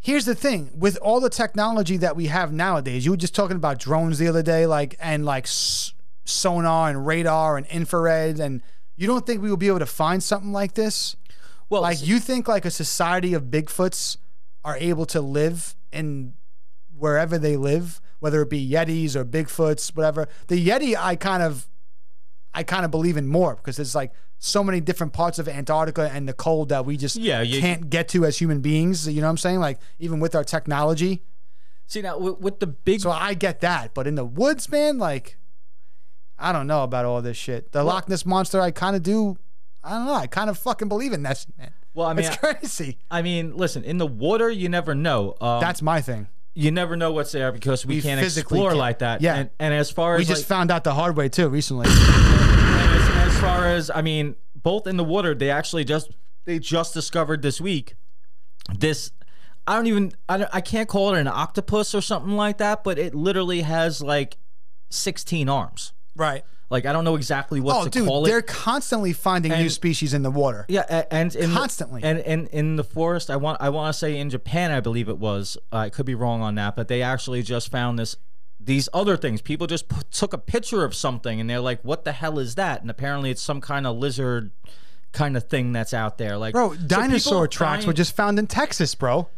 [SPEAKER 2] here's the thing: with all the technology that we have nowadays, you were just talking about drones the other day, like and like s- sonar and radar and infrared, and you don't think we will be able to find something like this?
[SPEAKER 3] well,
[SPEAKER 2] Like, you think like a society of Bigfoots are able to live in wherever they live, whether it be Yetis or Bigfoots, whatever. The Yeti, I kind of, I kind of believe in more because there's like so many different parts of Antarctica and the cold that we just
[SPEAKER 3] Yeah, you-
[SPEAKER 2] can't get to as human beings. You know what I'm saying? Like even with our technology.
[SPEAKER 3] see now with, with the big
[SPEAKER 2] So I get that, but in the woods, man, like I don't know about all this shit. The Loch Ness monster, I kind of do. I don't know. I kind of fucking believe in Nessie, man.
[SPEAKER 3] Well, I mean,
[SPEAKER 2] it's crazy.
[SPEAKER 3] I mean, listen, in the water, you never know. Um,
[SPEAKER 2] That's my thing.
[SPEAKER 3] you never know what's there because we,
[SPEAKER 2] We
[SPEAKER 3] can't
[SPEAKER 2] physically
[SPEAKER 3] explore
[SPEAKER 2] can't-
[SPEAKER 3] like that.
[SPEAKER 2] yeah.
[SPEAKER 3] and, and as far as
[SPEAKER 2] We just
[SPEAKER 3] like,
[SPEAKER 2] found out the hard way too recently.
[SPEAKER 3] and as, as far as I mean, both in the water, they actually just they just discovered this week this. I don't even I, don't, I can't call it an octopus or something like that, but it literally has like sixteen arms.
[SPEAKER 2] right.
[SPEAKER 3] Like I don't know exactly what
[SPEAKER 2] Oh,
[SPEAKER 3] to
[SPEAKER 2] dude,
[SPEAKER 3] call
[SPEAKER 2] they're
[SPEAKER 3] it.
[SPEAKER 2] constantly finding new
[SPEAKER 3] And-
[SPEAKER 2] species in the water.
[SPEAKER 3] Yeah, a- and in the-
[SPEAKER 2] Constantly.
[SPEAKER 3] and and in the forest, I want I want to say in Japan, I believe it was. uh, I could be wrong on that, but they actually just found this these other things. People just p- took a picture of something, and they're like, "What the hell is that?" And apparently, it's some kind of lizard kind of thing that's out there. Like,
[SPEAKER 2] Bro,
[SPEAKER 3] so people
[SPEAKER 2] dinosaur
[SPEAKER 3] are
[SPEAKER 2] tracks
[SPEAKER 3] dying-
[SPEAKER 2] were just found in Texas, bro.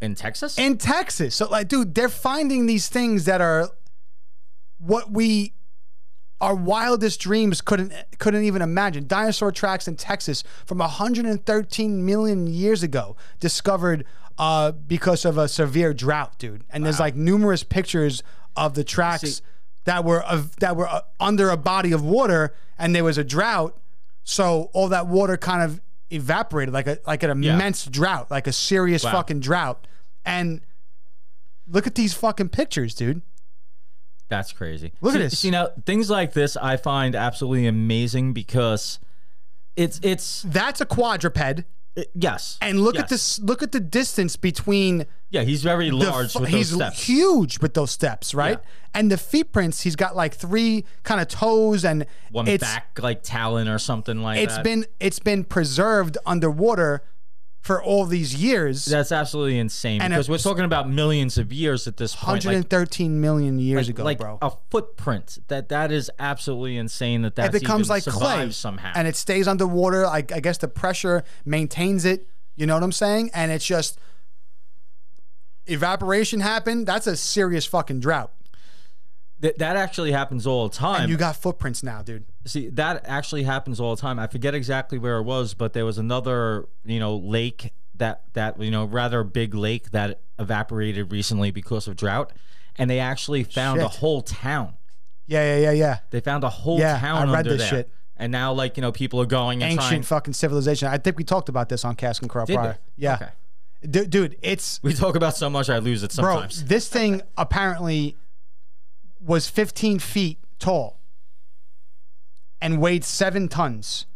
[SPEAKER 3] in Texas.
[SPEAKER 2] In Texas. So like, dude, they're finding these things that are what we our wildest dreams couldn't couldn't even imagine. Dinosaur tracks in Texas from 113 million years ago discovered uh, because of a severe drought, dude. And there's like numerous pictures of the tracks that were of, that were uh, under a body of water, and there was a drought, so all that water kind of evaporated like a like an immense drought, like a serious fucking drought. And look at these fucking pictures, dude.
[SPEAKER 3] That's crazy.
[SPEAKER 2] Look at
[SPEAKER 3] See-
[SPEAKER 2] this.
[SPEAKER 3] You know, things like this I find absolutely amazing because it's it's
[SPEAKER 2] That's a quadruped.
[SPEAKER 3] yes.
[SPEAKER 2] And look
[SPEAKER 3] Yes.
[SPEAKER 2] at this. Look at the distance between
[SPEAKER 3] Yeah, he's very
[SPEAKER 2] the.
[SPEAKER 3] large
[SPEAKER 2] fu-
[SPEAKER 3] with
[SPEAKER 2] he's
[SPEAKER 3] those steps.
[SPEAKER 2] huge with those steps, right? And the feet prints. He's got like three kind of toes, and
[SPEAKER 3] One
[SPEAKER 2] it's
[SPEAKER 3] back like talon or something like
[SPEAKER 2] it's
[SPEAKER 3] that.
[SPEAKER 2] been it's been preserved underwater for all these years.
[SPEAKER 3] That's absolutely insane
[SPEAKER 2] And
[SPEAKER 3] because
[SPEAKER 2] it-
[SPEAKER 3] we're talking about millions of years at this point. Like,
[SPEAKER 2] 113 million years ago,
[SPEAKER 3] like
[SPEAKER 2] bro.
[SPEAKER 3] a footprint. That that is absolutely insane. That that
[SPEAKER 2] it becomes like clay
[SPEAKER 3] survived somehow.
[SPEAKER 2] and it stays underwater. I, I guess the pressure maintains it. You know what I'm saying? And it's just evaporation happened. That's a serious fucking drought.
[SPEAKER 3] Th- that actually happens all the time.
[SPEAKER 2] And you got footprints now, dude.
[SPEAKER 3] See, that actually happens all the time. I forget exactly where it was, but there was another, you know, lake that that you know rather big lake that evaporated recently because of drought, and they actually found a
[SPEAKER 2] Shit.
[SPEAKER 3] whole town.
[SPEAKER 2] Yeah, yeah, yeah, yeah.
[SPEAKER 3] They found a whole
[SPEAKER 2] Yeah,
[SPEAKER 3] town
[SPEAKER 2] I read
[SPEAKER 3] under
[SPEAKER 2] this
[SPEAKER 3] there.
[SPEAKER 2] shit.
[SPEAKER 3] And now, like you know, people are going and
[SPEAKER 2] Ancient
[SPEAKER 3] trying.
[SPEAKER 2] fucking civilization. I think we talked about this on Cask and Crow
[SPEAKER 3] Did
[SPEAKER 2] prior.
[SPEAKER 3] they?
[SPEAKER 2] Yeah,
[SPEAKER 3] Okay.
[SPEAKER 2] Du- dude, it's
[SPEAKER 3] We talk about so much, I lose it
[SPEAKER 2] bro.
[SPEAKER 3] sometimes.
[SPEAKER 2] This thing apparently was 15 feet tall and weighed seven tons.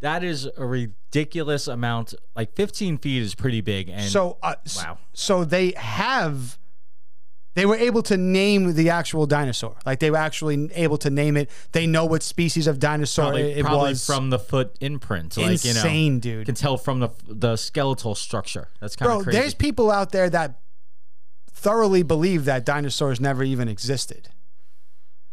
[SPEAKER 3] That is a ridiculous amount. Like 15 feet is pretty big. And
[SPEAKER 2] So, uh, s-
[SPEAKER 3] Wow.
[SPEAKER 2] So they have. They were able to name the actual dinosaur. Like they were actually able to name it. They know what species of dinosaur
[SPEAKER 3] probably,
[SPEAKER 2] it, it
[SPEAKER 3] probably
[SPEAKER 2] was.
[SPEAKER 3] from the foot imprint, like you know,
[SPEAKER 2] insane, dude.
[SPEAKER 3] you can tell from the the skeletal structure. That's kind
[SPEAKER 2] Bro,
[SPEAKER 3] of crazy.
[SPEAKER 2] there's people out there that thoroughly believe that dinosaurs never even existed.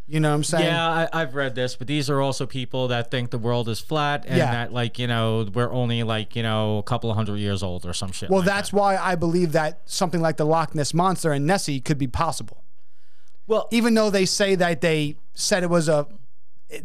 [SPEAKER 2] You know what I'm saying?
[SPEAKER 3] yeah, I, I've read this, but these are also people that think the world is flat and
[SPEAKER 2] Yeah.
[SPEAKER 3] that, like, you know, we're only like, you know, a couple of hundred years old or some shit.
[SPEAKER 2] Well,
[SPEAKER 3] like
[SPEAKER 2] that's
[SPEAKER 3] that.
[SPEAKER 2] why I believe that something like the Loch Ness monster and Nessie could be possible.
[SPEAKER 3] well,
[SPEAKER 2] Even though they say that they said it was a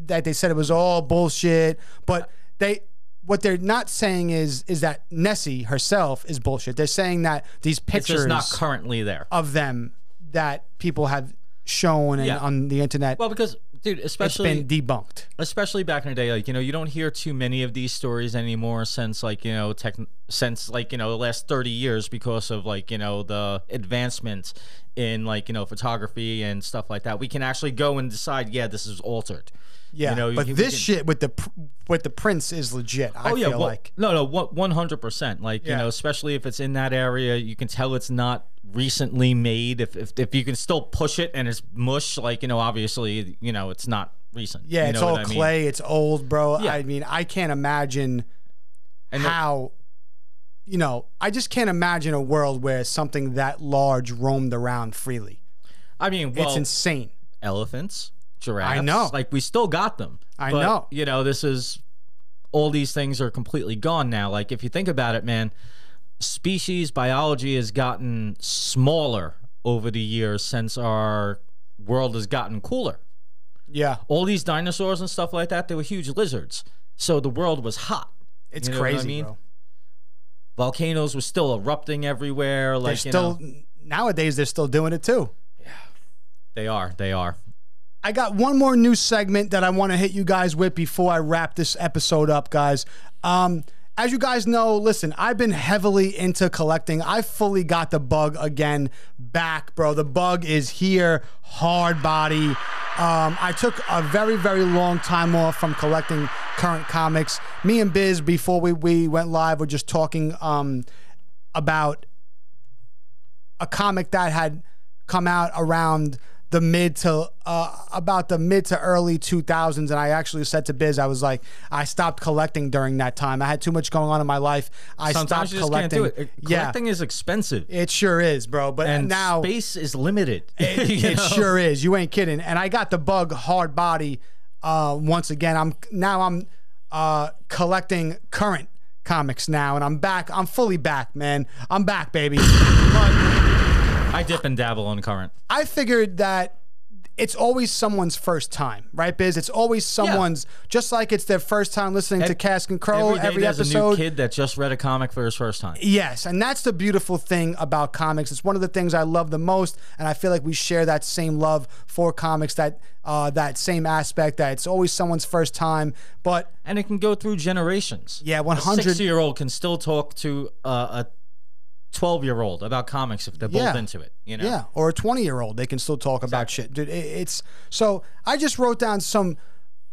[SPEAKER 2] that they said it was all bullshit, but they what they're not saying is is that Nessie herself is bullshit. They're saying that these
[SPEAKER 3] it's
[SPEAKER 2] pictures
[SPEAKER 3] just not currently there.
[SPEAKER 2] of them that people have shown and
[SPEAKER 3] Yeah.
[SPEAKER 2] on the internet.
[SPEAKER 3] Well, because dude,
[SPEAKER 2] it's
[SPEAKER 3] especially
[SPEAKER 2] been debunked.
[SPEAKER 3] especially back in the day, like you know, you don't hear too many of these stories anymore since like you know, tech since like you know, the last thirty years because of like you know the advancements in like you know photography and stuff like that. We can actually go and decide, yeah, this is altered.
[SPEAKER 2] Yeah,
[SPEAKER 3] you know,
[SPEAKER 2] but
[SPEAKER 3] you- we
[SPEAKER 2] this
[SPEAKER 3] can-
[SPEAKER 2] shit with the pr- with the prince is legit. I
[SPEAKER 3] Oh yeah,
[SPEAKER 2] feel
[SPEAKER 3] well,
[SPEAKER 2] like
[SPEAKER 3] no, no, one hundred percent. Like
[SPEAKER 2] Yeah.
[SPEAKER 3] you know, especially if it's in that area, you can tell it's not recently made. If if, if you can still push it and it's mush, like you know, obviously you know it's not recent.
[SPEAKER 2] yeah,
[SPEAKER 3] You
[SPEAKER 2] it's
[SPEAKER 3] know
[SPEAKER 2] all
[SPEAKER 3] what I mean?
[SPEAKER 2] clay. It's old, bro.
[SPEAKER 3] Yeah.
[SPEAKER 2] I mean, I can't imagine
[SPEAKER 3] And the-
[SPEAKER 2] how. You know, I just can't imagine a world where something that large roamed around freely.
[SPEAKER 3] I mean, well,
[SPEAKER 2] it's insane.
[SPEAKER 3] elephants, giraffes.
[SPEAKER 2] I know.
[SPEAKER 3] Like we still got them.
[SPEAKER 2] I know.
[SPEAKER 3] You know, this is all these things are completely gone now. Like if you think about it, man, species biology has gotten smaller over the years since our world has gotten cooler.
[SPEAKER 2] Yeah,
[SPEAKER 3] All these dinosaurs and stuff like that, they were huge lizards. So the world was hot.
[SPEAKER 2] it's
[SPEAKER 3] You know what I
[SPEAKER 2] crazy,
[SPEAKER 3] mean?
[SPEAKER 2] bro.
[SPEAKER 3] Volcanoes were still erupting everywhere.
[SPEAKER 2] They're
[SPEAKER 3] Like you
[SPEAKER 2] still
[SPEAKER 3] know,
[SPEAKER 2] nowadays they're still doing it too.
[SPEAKER 3] they are. They are.
[SPEAKER 2] I got one more new segment that I want to hit you guys with before I wrap this episode up, guys. Um, as you guys know, listen, I've been heavily into collecting. I fully got the bug again back, bro. The bug is here, hard body. Um, I took a very, very long time off from collecting current comics. Me and Biz, before we, we went live, were just talking um, about a comic that had come out around the mid to uh, about the mid to early 2000s and i actually said to biz i was like i stopped collecting during that time i had too much going on in my life i
[SPEAKER 3] Sometimes
[SPEAKER 2] stopped
[SPEAKER 3] you just
[SPEAKER 2] collecting
[SPEAKER 3] can't do it. Uh, Collecting is expensive.
[SPEAKER 2] yeah it sure is bro but
[SPEAKER 3] and
[SPEAKER 2] now
[SPEAKER 3] space is limited. [LAUGHS]
[SPEAKER 2] it sure is. You ain't kidding. And I got the bug hard body uh, once again. I'm now I'm uh, collecting current comics now, and I'm back. I'm fully back, man. I'm back, baby. But
[SPEAKER 3] I dip and dabble on current.
[SPEAKER 2] I figured that it's always someone's first time, right, Biz? It's always someone's just like it's their first time listening to Cask and Crow
[SPEAKER 3] every day
[SPEAKER 2] Oh, every
[SPEAKER 3] there's
[SPEAKER 2] episode.
[SPEAKER 3] a new kid that just read a comic for his first time.
[SPEAKER 2] Yes, and that's the beautiful thing about comics. It's one of the things I love the most, and I feel like we share that same love for comics. That uh, that same aspect that it's always someone's first time, but
[SPEAKER 3] And it can go through generations.
[SPEAKER 2] yeah, one
[SPEAKER 3] A
[SPEAKER 2] hundred.
[SPEAKER 3] six-year-old can still talk to uh, a twelve-year-old about comics if they're
[SPEAKER 2] Yeah.
[SPEAKER 3] both into it. You know.
[SPEAKER 2] Yeah, or a 20 year old, they can still talk about shit. Dude, it- it's so I just wrote down some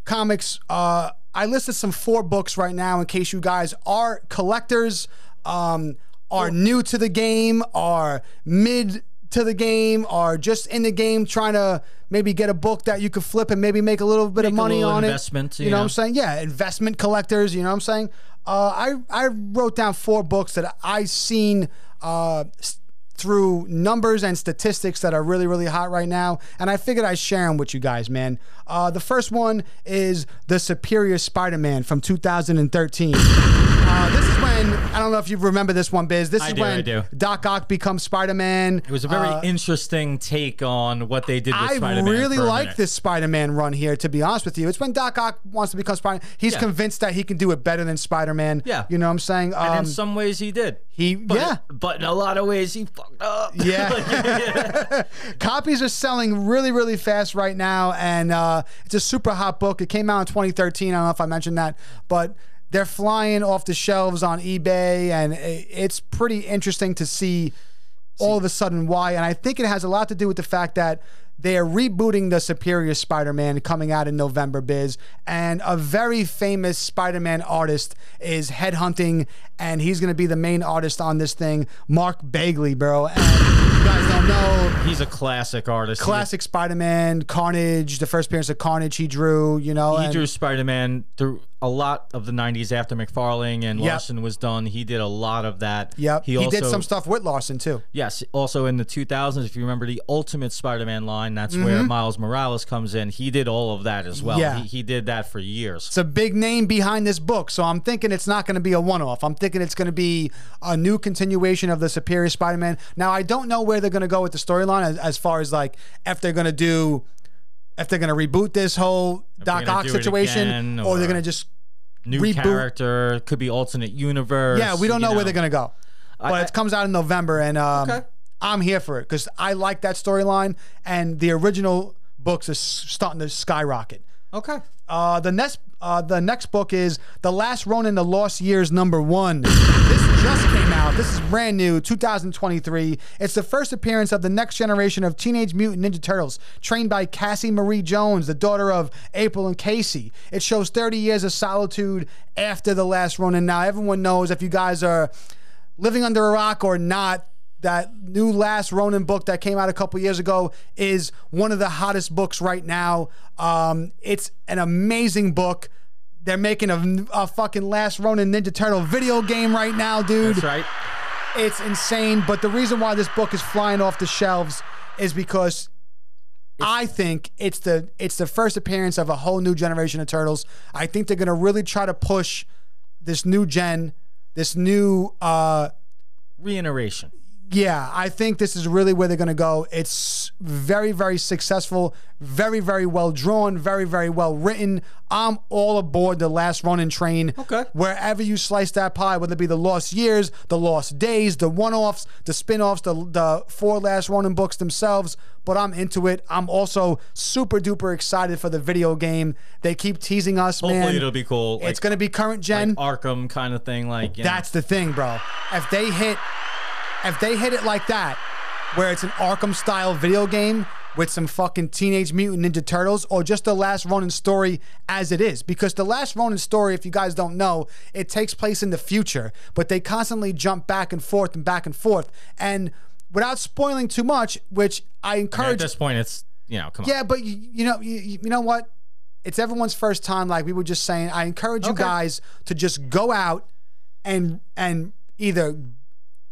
[SPEAKER 2] comics. Uh, I listed some four books right now in case you guys are collectors, um, are new to the game, are mid to the game, are just in the game trying to maybe get a book that you could flip and maybe make a little bit of
[SPEAKER 3] Make a
[SPEAKER 2] money
[SPEAKER 3] little
[SPEAKER 2] on
[SPEAKER 3] investment,
[SPEAKER 2] it.
[SPEAKER 3] you
[SPEAKER 2] You know what
[SPEAKER 3] know?
[SPEAKER 2] I'm saying? Yeah, investment collectors. You know what I'm saying? Uh, I I wrote down four books that I seen uh, s- through numbers and statistics that are really really hot right now, and I figured I'd share them with you guys, man. Uh, the first one is the Superior Spider-Man from 2013. [COUGHS] Uh, this is when I don't know if you remember this one, Biz. This is
[SPEAKER 3] do,
[SPEAKER 2] when
[SPEAKER 3] I do.
[SPEAKER 2] Doc Ock becomes Spider-Man. Uh,
[SPEAKER 3] It was a very interesting take on what they did with
[SPEAKER 2] I
[SPEAKER 3] Spider-Man.
[SPEAKER 2] really
[SPEAKER 3] for a
[SPEAKER 2] like
[SPEAKER 3] minute.
[SPEAKER 2] this Spider-Man run here. To be honest with you, it's when Doc Ock wants to become Spider. He's
[SPEAKER 3] Yeah.
[SPEAKER 2] convinced that he can do it better than Spider-Man.
[SPEAKER 3] Yeah.
[SPEAKER 2] you know what I'm saying. Um,
[SPEAKER 3] In some ways, he did.
[SPEAKER 2] he
[SPEAKER 3] But-
[SPEAKER 2] yeah.
[SPEAKER 3] But in a lot of ways, he fucked up.
[SPEAKER 2] Yeah. [LAUGHS]
[SPEAKER 3] Like,
[SPEAKER 2] Copies are selling really, really fast right now, and uh, it's a super hot book. It came out in 2013. I don't know if I mentioned that, but they're flying off the shelves on eBay, and i- it's pretty interesting to see all of a sudden why. And I think it has a lot to do with the fact that they are rebooting the Superior Spider Man coming out in November, Biz. And a very famous Spider Man artist is headhunting, and he's going to be the main artist on this thing, Mark Bagley, bro. And you guys don't know,
[SPEAKER 3] [LAUGHS] He's a classic artist. He-
[SPEAKER 2] classic Spider-Man, Carnage, the first appearance of Carnage he drew, you know.
[SPEAKER 3] He
[SPEAKER 2] and-
[SPEAKER 3] drew Spider Man through a lot of the 90s after McFarlane and
[SPEAKER 2] Yep.
[SPEAKER 3] Larson was done. He did a lot of that.
[SPEAKER 2] Yep.
[SPEAKER 3] He,
[SPEAKER 2] He,
[SPEAKER 3] also,
[SPEAKER 2] did some stuff with Larson too.
[SPEAKER 3] Yes. Also in the 2000s, if you remember the Ultimate Spider Man line, that's where Miles Morales comes in. He did all of that as well.
[SPEAKER 2] Mm-hmm. Yeah.
[SPEAKER 3] He, he did that for years.
[SPEAKER 2] It's a big name behind this book, so I'm thinking it's not going to be a one-off. I'm thinking it's going to be a new continuation of the Superior Spider-Man. Now, I don't know where they're going to go with the storyline as, as far as like if they're going to do if they're going to reboot this whole Doc
[SPEAKER 3] gonna
[SPEAKER 2] Ock
[SPEAKER 3] do it
[SPEAKER 2] situation
[SPEAKER 3] again,
[SPEAKER 2] or, they're
[SPEAKER 3] or-
[SPEAKER 2] going to just
[SPEAKER 3] New
[SPEAKER 2] Reboot.
[SPEAKER 3] character, could be alternate universe.
[SPEAKER 2] Yeah, we don't
[SPEAKER 3] you
[SPEAKER 2] know, where they're going to go. But
[SPEAKER 3] I-
[SPEAKER 2] it comes out in November and um
[SPEAKER 3] Okay.
[SPEAKER 2] I'm here for it because I like that storyline, and the original books are s- starting to skyrocket.
[SPEAKER 3] Okay.
[SPEAKER 2] Uh, the next uh, the next book is The Last Ronin: The Lost Years Number One. this just came out. This is brand new, 2023. It's the first appearance of the next generation of Teenage Mutant Ninja Turtles, trained by Cassie Marie Jones, the daughter of April and Casey. It shows 30 years of solitude after The Last Ronin. Now everyone knows if you guys are living under a rock or not. That new Last Ronin book that came out a couple years ago is one of the hottest books right now. Um, it's an amazing book. They're making a, a fucking Last Ronin Ninja Turtle video game right now, dude.
[SPEAKER 3] That's right.
[SPEAKER 2] It's insane. But the reason why this book is flying off the shelves is because I think it's the it's the first appearance of a whole new generation of turtles. I think they're gonna really try to push this new gen, this new uh
[SPEAKER 3] Reiteration.
[SPEAKER 2] yeah, I think this is really where they're going to go. It's very, very successful, very, very well drawn, very, very well written. I'm all aboard the last running train.
[SPEAKER 3] Okay.
[SPEAKER 2] Wherever you slice that pie, whether it be the lost years, the lost days, the one offs, the spin offs, the, the four last running books themselves, but I'm into it. I'm also super duper excited for the video game. They keep teasing us,
[SPEAKER 3] Hopefully
[SPEAKER 2] man.
[SPEAKER 3] it'll be cool. Like,
[SPEAKER 2] it's going to be current gen.
[SPEAKER 3] Arkham kind of thing. Like you know.
[SPEAKER 2] That's the thing, bro. If they hit, if they hit it like that, where it's an Arkham style video game with some fucking Teenage Mutant Ninja Turtles, or just the Last Ronin story as it is, because the Last Ronin story, if you guys don't know, it takes place in the future, but they constantly jump back and forth and back and forth, and without spoiling too much, which I
[SPEAKER 3] at
[SPEAKER 2] encourage
[SPEAKER 3] this point, it's you know, come on.
[SPEAKER 2] yeah, but you, you know, you, you know what? It's everyone's first time. Like we were just saying, I encourage you
[SPEAKER 3] Okay.
[SPEAKER 2] guys to just go out and and either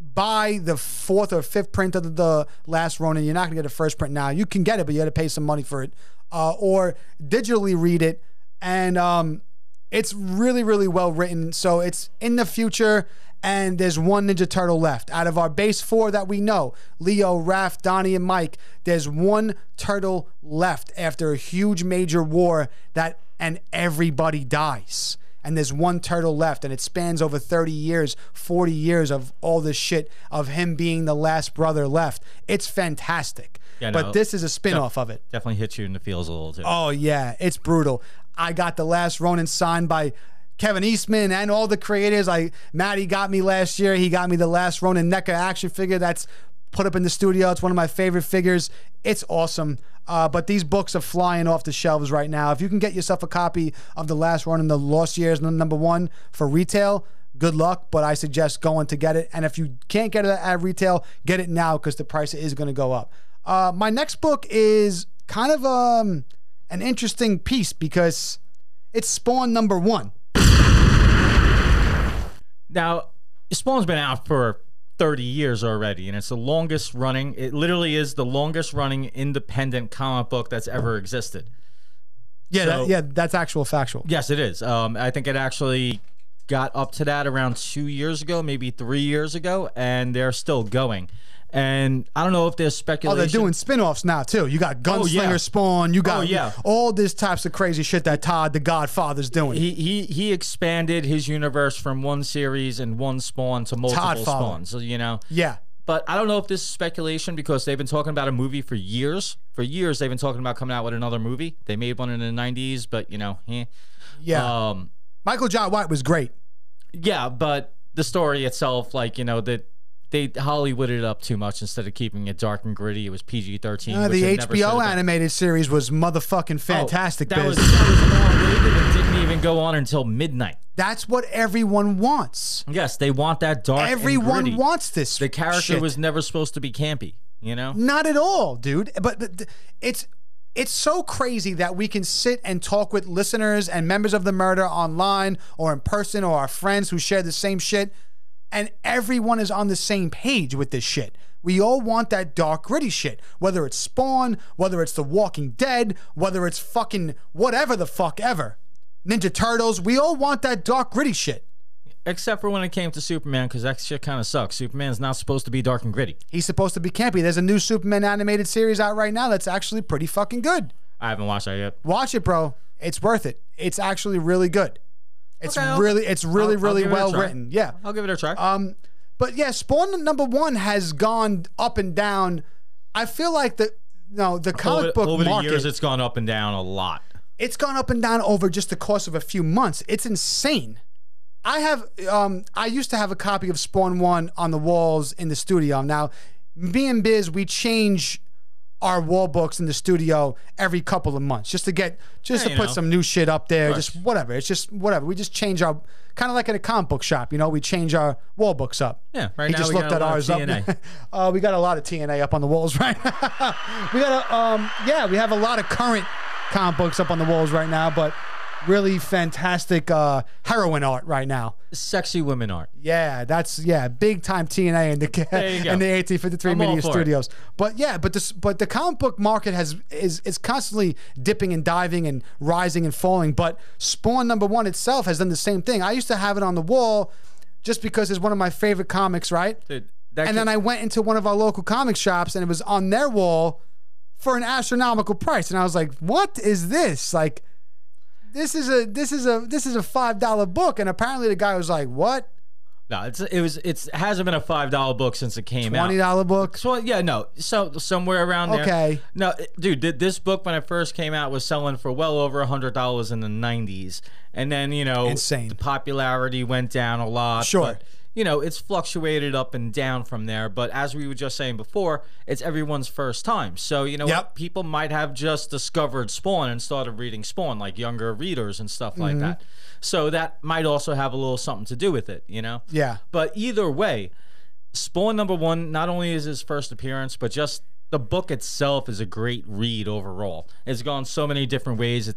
[SPEAKER 2] buy the fourth or fifth print of the last Ronin. You're not gonna get the first print now. You can get it, but you got to pay some money for it, uh, or digitally read it. And um, it's really, really well written. So it's in the future. And there's one Ninja Turtle left out of our base four that we know Leo, Raph, Donnie, and Mike. There's one turtle left after a huge major war that, and everybody dies and there's one turtle left and it spans over 30 years 40 years of all this shit of him being the last brother left it's fantastic
[SPEAKER 3] Yeah,
[SPEAKER 2] but
[SPEAKER 3] no.
[SPEAKER 2] this is a spin-off of it
[SPEAKER 3] Definitely hit you in the feels a little too.
[SPEAKER 2] oh yeah it's brutal i got the last ronin signed by kevin eastman and all the creators like maddie got me last year he got me the last ronin NECA action figure that's put up in the studio it's one of my favorite figures it's awesome uh, but these books are flying off the shelves right now. If you can get yourself a copy of The Last Run in the Lost Years num- number one for retail, good luck. But I suggest going to get it. And if you can't get it at retail, get it now because the price is going to go up. Uh, my next book is kind of um, an interesting piece because it's Spawn number one.
[SPEAKER 3] Now, Spawn's been out for 30 years already, and it's the longest running. It literally is the longest running independent comic book that's ever existed.
[SPEAKER 2] Yeah,
[SPEAKER 3] So-
[SPEAKER 2] that, yeah, that's actual factual.
[SPEAKER 3] Yes, it is. Um, I think it actually got up to that around two years ago, maybe three years ago, and they're still going. And I don't know if there's
[SPEAKER 2] Oh,
[SPEAKER 3] speculation.
[SPEAKER 2] they're doing spin-offs now too. You got Gunslinger
[SPEAKER 3] Oh, yeah.
[SPEAKER 2] Spawn. You got
[SPEAKER 3] Oh, yeah.
[SPEAKER 2] all these types of crazy shit that Todd the Godfather's doing.
[SPEAKER 3] He, he he expanded his universe from one series and one spawn to multiple
[SPEAKER 2] Todd Fowler.
[SPEAKER 3] spawns. So, you know,
[SPEAKER 2] yeah.
[SPEAKER 3] But I don't know if this is speculation because they've been talking about a movie for years. For years, they've been talking about coming out with another movie. They made one in the '90s, but you know, eh.
[SPEAKER 2] Yeah.
[SPEAKER 3] um,
[SPEAKER 2] Michael John White was great.
[SPEAKER 3] yeah. But the story itself, like you know, that they Hollywooded up too much instead of keeping it dark and gritty. It was PG-13.
[SPEAKER 2] Uh,
[SPEAKER 3] which
[SPEAKER 2] the
[SPEAKER 3] it never should have
[SPEAKER 2] HBO
[SPEAKER 3] been.
[SPEAKER 2] animated series was motherfucking
[SPEAKER 3] Oh,
[SPEAKER 2] fantastic.
[SPEAKER 3] that was,
[SPEAKER 2] Biz.
[SPEAKER 3] that was long rated and didn't even go on until midnight.
[SPEAKER 2] That's what everyone wants.
[SPEAKER 3] Yes, they want that dark. and
[SPEAKER 2] Everyone
[SPEAKER 3] gritty.
[SPEAKER 2] wants this.
[SPEAKER 3] The character
[SPEAKER 2] shit.
[SPEAKER 3] was never supposed to be campy. You know.
[SPEAKER 2] not at all, dude. But th- th- it's it's so crazy that we can sit and talk with listeners and members of the murder online or in person or our friends who share the same shit, and everyone is on the same page with this shit. We all want that dark, gritty shit. Whether it's Spawn, whether it's The Walking Dead, whether it's fucking whatever the fuck ever, Ninja Turtles. We all want that dark, gritty shit.
[SPEAKER 3] Except for when it came to Superman, because that shit kind of sucks. Superman's not supposed to be dark and gritty.
[SPEAKER 2] He's supposed to be campy. There's a new Superman animated series out right now that's actually pretty fucking good.
[SPEAKER 3] I haven't watched that yet.
[SPEAKER 2] Watch it, bro. It's worth it. It's actually really good. It's
[SPEAKER 3] Okay, I'll-
[SPEAKER 2] really, it's really,
[SPEAKER 3] I'll- I'll
[SPEAKER 2] really
[SPEAKER 3] give it a
[SPEAKER 2] well
[SPEAKER 3] try.
[SPEAKER 2] written. Yeah.
[SPEAKER 3] I'll give it a try.
[SPEAKER 2] Um, But yeah, Spawn number one has gone up and down. I feel like the no the comic
[SPEAKER 3] over,
[SPEAKER 2] book
[SPEAKER 3] over the
[SPEAKER 2] market.
[SPEAKER 3] years, it's gone up and down a lot.
[SPEAKER 2] it's gone up and down over just the course of a few months. It's insane. I have um I used to have a copy of Spawn 1 on the walls in the studio. Now, me and Biz, we change our wall books in the studio every couple of months just to get just to
[SPEAKER 3] Yeah, Eh, you
[SPEAKER 2] put
[SPEAKER 3] know.
[SPEAKER 2] some new shit up there,
[SPEAKER 3] Right.
[SPEAKER 2] just whatever. It's just whatever. We just change our kind of like in a comic book shop, you know, we change our wall books up.
[SPEAKER 3] Yeah, right
[SPEAKER 2] he
[SPEAKER 3] now
[SPEAKER 2] just
[SPEAKER 3] we
[SPEAKER 2] looked
[SPEAKER 3] got
[SPEAKER 2] at
[SPEAKER 3] a lot of
[SPEAKER 2] ours up.
[SPEAKER 3] TNA.
[SPEAKER 2] [LAUGHS] uh, we got a lot of TNA up on the walls [LAUGHS] right now. we got a, um, yeah, we have a lot of current comic books up on the walls right now, but really fantastic uh, heroin art right now.
[SPEAKER 3] Sexy women art.
[SPEAKER 2] Yeah, that's yeah, big time TNA in the
[SPEAKER 3] you
[SPEAKER 2] [LAUGHS]
[SPEAKER 3] go.
[SPEAKER 2] in the 1853
[SPEAKER 3] I'm all
[SPEAKER 2] Media
[SPEAKER 3] for it.
[SPEAKER 2] Studios. But yeah, but this but the comic book market has is is constantly dipping and diving and rising and falling. But Spawn number one itself has done the same thing. I used to have it on the wall just because it's one of my favorite comics, right?
[SPEAKER 3] Dude, that
[SPEAKER 2] and
[SPEAKER 3] could-
[SPEAKER 2] then I went into one of our local comic shops and it was on their wall for an astronomical price. And I was like, what is this? Like this is a this is a this is a five dollar book. And apparently the guy was like, What?
[SPEAKER 3] no, it's it was it's it hasn't been a five dollar book since it came out.
[SPEAKER 2] Twenty dollar book?
[SPEAKER 3] So yeah, no, so somewhere around there.
[SPEAKER 2] Okay.
[SPEAKER 3] No, it- dude, th- this book when it first came out was selling for well over a hundred dollars in the nineties, and then you know,
[SPEAKER 2] Insane.
[SPEAKER 3] The popularity went down a lot.
[SPEAKER 2] Sure.
[SPEAKER 3] but, you know, it's fluctuated up and down from there. But as we were just saying before, it's everyone's first time. So you know,
[SPEAKER 2] Yep.
[SPEAKER 3] people might have just discovered Spawn and started reading Spawn, like younger readers and stuff
[SPEAKER 2] Mm-hmm.
[SPEAKER 3] like that. So that might also have a little something to do with it. You know.
[SPEAKER 2] Yeah.
[SPEAKER 3] But either way, Spawn number one not only is his first appearance, but just the book itself is a great read overall. It's gone so many different ways. It,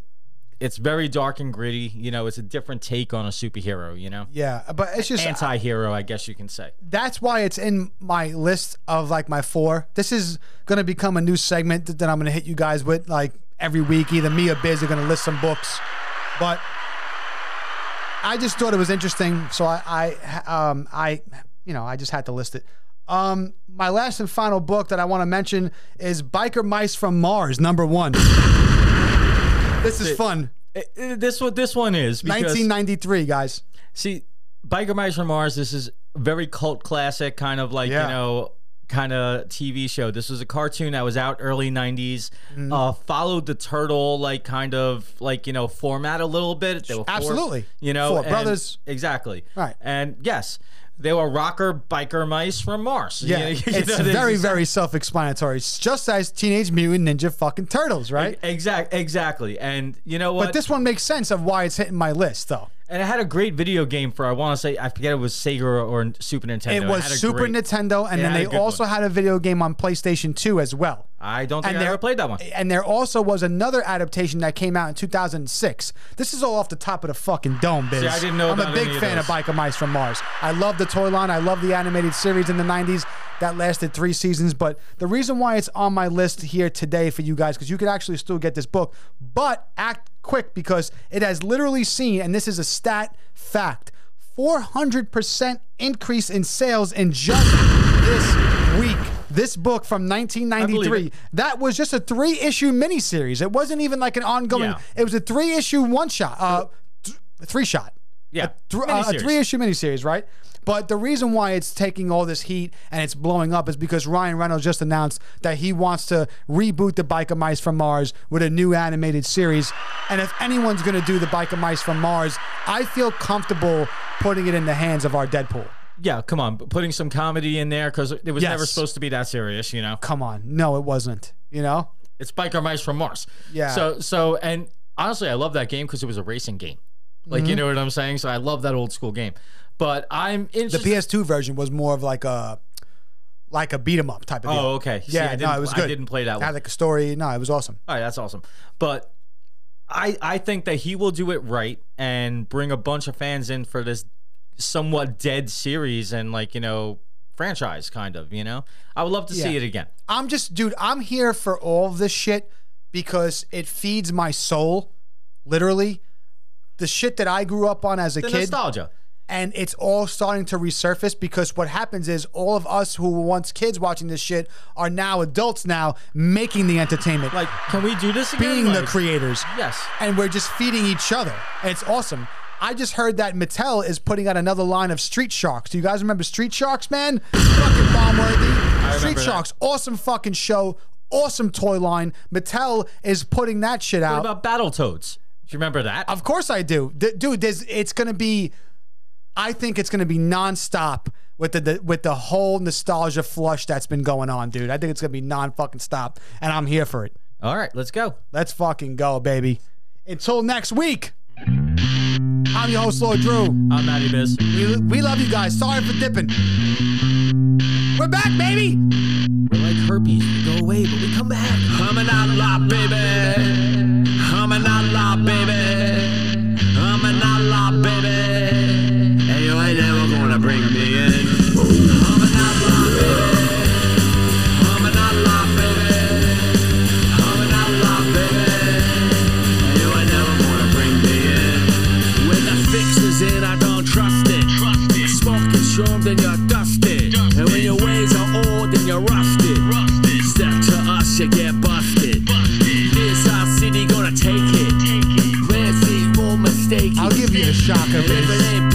[SPEAKER 3] it's very dark and gritty. You know, it's a different take on a superhero. You know,
[SPEAKER 2] Yeah. But it's just
[SPEAKER 3] anti-hero, I guess you can say.
[SPEAKER 2] that's why it's in my list of like my four. This is gonna become a new segment that, that I'm gonna hit you guys with like every week. Either me or Biz are gonna list some books, but I just thought it was interesting, so I, I, um, I, you know, I just had to list it. Um, my last and final book that I want to mention is Biker Mice from Mars, number
[SPEAKER 3] [LAUGHS]
[SPEAKER 2] one. this is fun.
[SPEAKER 3] It- it- this one, this one is because
[SPEAKER 2] 1993, guys.
[SPEAKER 3] see, Biker Mice from Mars. This is a very cult classic, kind of like
[SPEAKER 2] Yeah.
[SPEAKER 3] you know. Kind of TV show. This was a cartoon that was out early '90s.
[SPEAKER 2] Mm-hmm.
[SPEAKER 3] Uh, followed the turtle like kind of like you know format a little bit. They were four-
[SPEAKER 2] Absolutely.
[SPEAKER 3] you know,
[SPEAKER 2] Four
[SPEAKER 3] and-
[SPEAKER 2] brothers.
[SPEAKER 3] exactly.
[SPEAKER 2] Right.
[SPEAKER 3] and yes, they were rocker biker mice from Mars. [LAUGHS]
[SPEAKER 2] Yeah,
[SPEAKER 3] You know,
[SPEAKER 2] it's
[SPEAKER 3] this
[SPEAKER 2] very,
[SPEAKER 3] is-
[SPEAKER 2] very self-explanatory. It's just as Teenage Mutant Ninja fucking Turtles, right?
[SPEAKER 3] [LAUGHS] exact, exactly. And you know what?
[SPEAKER 2] But this one makes sense of why it's hitting my list, though.
[SPEAKER 3] And it had a great video game for I want to say I forget it was Sega or, or Super Nintendo.
[SPEAKER 2] It was
[SPEAKER 3] had a
[SPEAKER 2] Super
[SPEAKER 3] great-
[SPEAKER 2] Nintendo, and
[SPEAKER 3] it
[SPEAKER 2] then
[SPEAKER 3] had a
[SPEAKER 2] they
[SPEAKER 3] good
[SPEAKER 2] also
[SPEAKER 3] one.
[SPEAKER 2] had a video game on PlayStation 2 as well.
[SPEAKER 3] I don't think
[SPEAKER 2] and
[SPEAKER 3] I
[SPEAKER 2] there-
[SPEAKER 3] ever played that one.
[SPEAKER 2] And there also was another adaptation that came out in 2006. This is all off the top of the fucking dome, biz.
[SPEAKER 3] See, I didn't know
[SPEAKER 2] I'm a
[SPEAKER 3] about
[SPEAKER 2] big
[SPEAKER 3] any of
[SPEAKER 2] fan of,
[SPEAKER 3] those.
[SPEAKER 2] Biker Mice from Mars. I love the toy line. I love the animated series in the 90s that lasted three seasons. But the reason why it's on my list here today for you guys, because you could actually still get this book, but act quick because it has literally seen, and this is a stat fact, 400% increase in sales in just this week. This book from 1993
[SPEAKER 3] it.
[SPEAKER 2] that was just a three issue miniseries. It wasn't even like an ongoing.
[SPEAKER 3] Yeah.
[SPEAKER 2] It was a three issue one shot, uh, th- three shot.
[SPEAKER 3] Yeah,
[SPEAKER 2] Thr- uh, a
[SPEAKER 3] miniseries.
[SPEAKER 2] three issue miniseries, right? But the reason why it's taking all this heat and it's blowing up is because Ryan Reynolds just announced that he wants to reboot the Biker Mice from Mars with a new animated series. And if anyone's going to do the Biker Mice from Mars, I feel comfortable putting it in the hands of our Deadpool.
[SPEAKER 3] Yeah, come on, putting some comedy in there because it was
[SPEAKER 2] Yes.
[SPEAKER 3] never supposed to be that serious. You know,
[SPEAKER 2] Come on. No, it wasn't. You know?
[SPEAKER 3] it's biker mice from Mars.
[SPEAKER 2] Yeah.
[SPEAKER 3] So so and honestly, I love that game because it was a racing game. Like
[SPEAKER 2] Mm-hmm.
[SPEAKER 3] you know what I'm saying. So I love that old school game. But I'm
[SPEAKER 2] The
[SPEAKER 3] interested.
[SPEAKER 2] PS2 version was more of like a like a beat 'em up type of deal.
[SPEAKER 3] oh, okay. See,
[SPEAKER 2] Yeah,
[SPEAKER 3] I
[SPEAKER 2] no,
[SPEAKER 3] didn't-
[SPEAKER 2] it was good.
[SPEAKER 3] I didn't play that
[SPEAKER 2] It
[SPEAKER 3] one.
[SPEAKER 2] Had like a story. No, it was awesome.
[SPEAKER 3] All right, that's awesome. But I I think that he will do it right and bring a bunch of fans in for this somewhat dead series and like you know franchise kind of you know I would love to see
[SPEAKER 2] Yeah.
[SPEAKER 3] it again.
[SPEAKER 2] I'm just, dude. I'm here for all of this shit because it feeds my soul, literally. The shit that I grew up on as a
[SPEAKER 3] The
[SPEAKER 2] kid,
[SPEAKER 3] nostalgia.
[SPEAKER 2] and it's all starting to resurface because what happens is all of us who were once kids watching this shit are now adults now making the entertainment,
[SPEAKER 3] Like, can we do this again?
[SPEAKER 2] being the
[SPEAKER 3] Like,
[SPEAKER 2] creators.
[SPEAKER 3] yes.
[SPEAKER 2] and we're just feeding each other. And it's awesome. I just heard that Mattel is putting out another line of Street Sharks. Do you guys remember Street Sharks,
[SPEAKER 3] [LAUGHS]
[SPEAKER 2] man? fucking bomb worthy. Street
[SPEAKER 3] that.
[SPEAKER 2] Sharks, awesome fucking show, awesome toy line. Mattel is putting that shit out.
[SPEAKER 3] What about Battletoads? Do you remember that?
[SPEAKER 2] Of course I do, D- dude. There's, it's gonna be. I think it's gonna be nonstop with the, the with the whole nostalgia flush that's been going on, dude. I think it's gonna be non fucking stop, and I'm here for it.
[SPEAKER 3] All right, let's go.
[SPEAKER 2] Let's fucking go, baby. Until next week. I'm your host, Lord Drew.
[SPEAKER 3] I'm Matty Biz.
[SPEAKER 2] We, we love you guys. Sorry for dipping. We're back, baby.
[SPEAKER 3] We're like herpes. We go away, but we come back.
[SPEAKER 5] I'm an outlaw, baby. I'm an outlaw, baby. I'm an outlaw, baby. And you ain't never gonna bring me in. I'm an outlaw, baby. I'm an outlaw, baby. I'm an outlaw, baby. And you ain't never gonna bring me in. When the fix is in, I don't trust it. Trust it. Smoke consumed and you're dusted. And when your ways are old and you're rusted. rusted. Step to us, you get busted. busted. This our city, gonna take it. Take it. Red Sea won't mistake it.
[SPEAKER 2] I'll give you a shocker,
[SPEAKER 5] And if
[SPEAKER 2] baby.
[SPEAKER 5] it ain't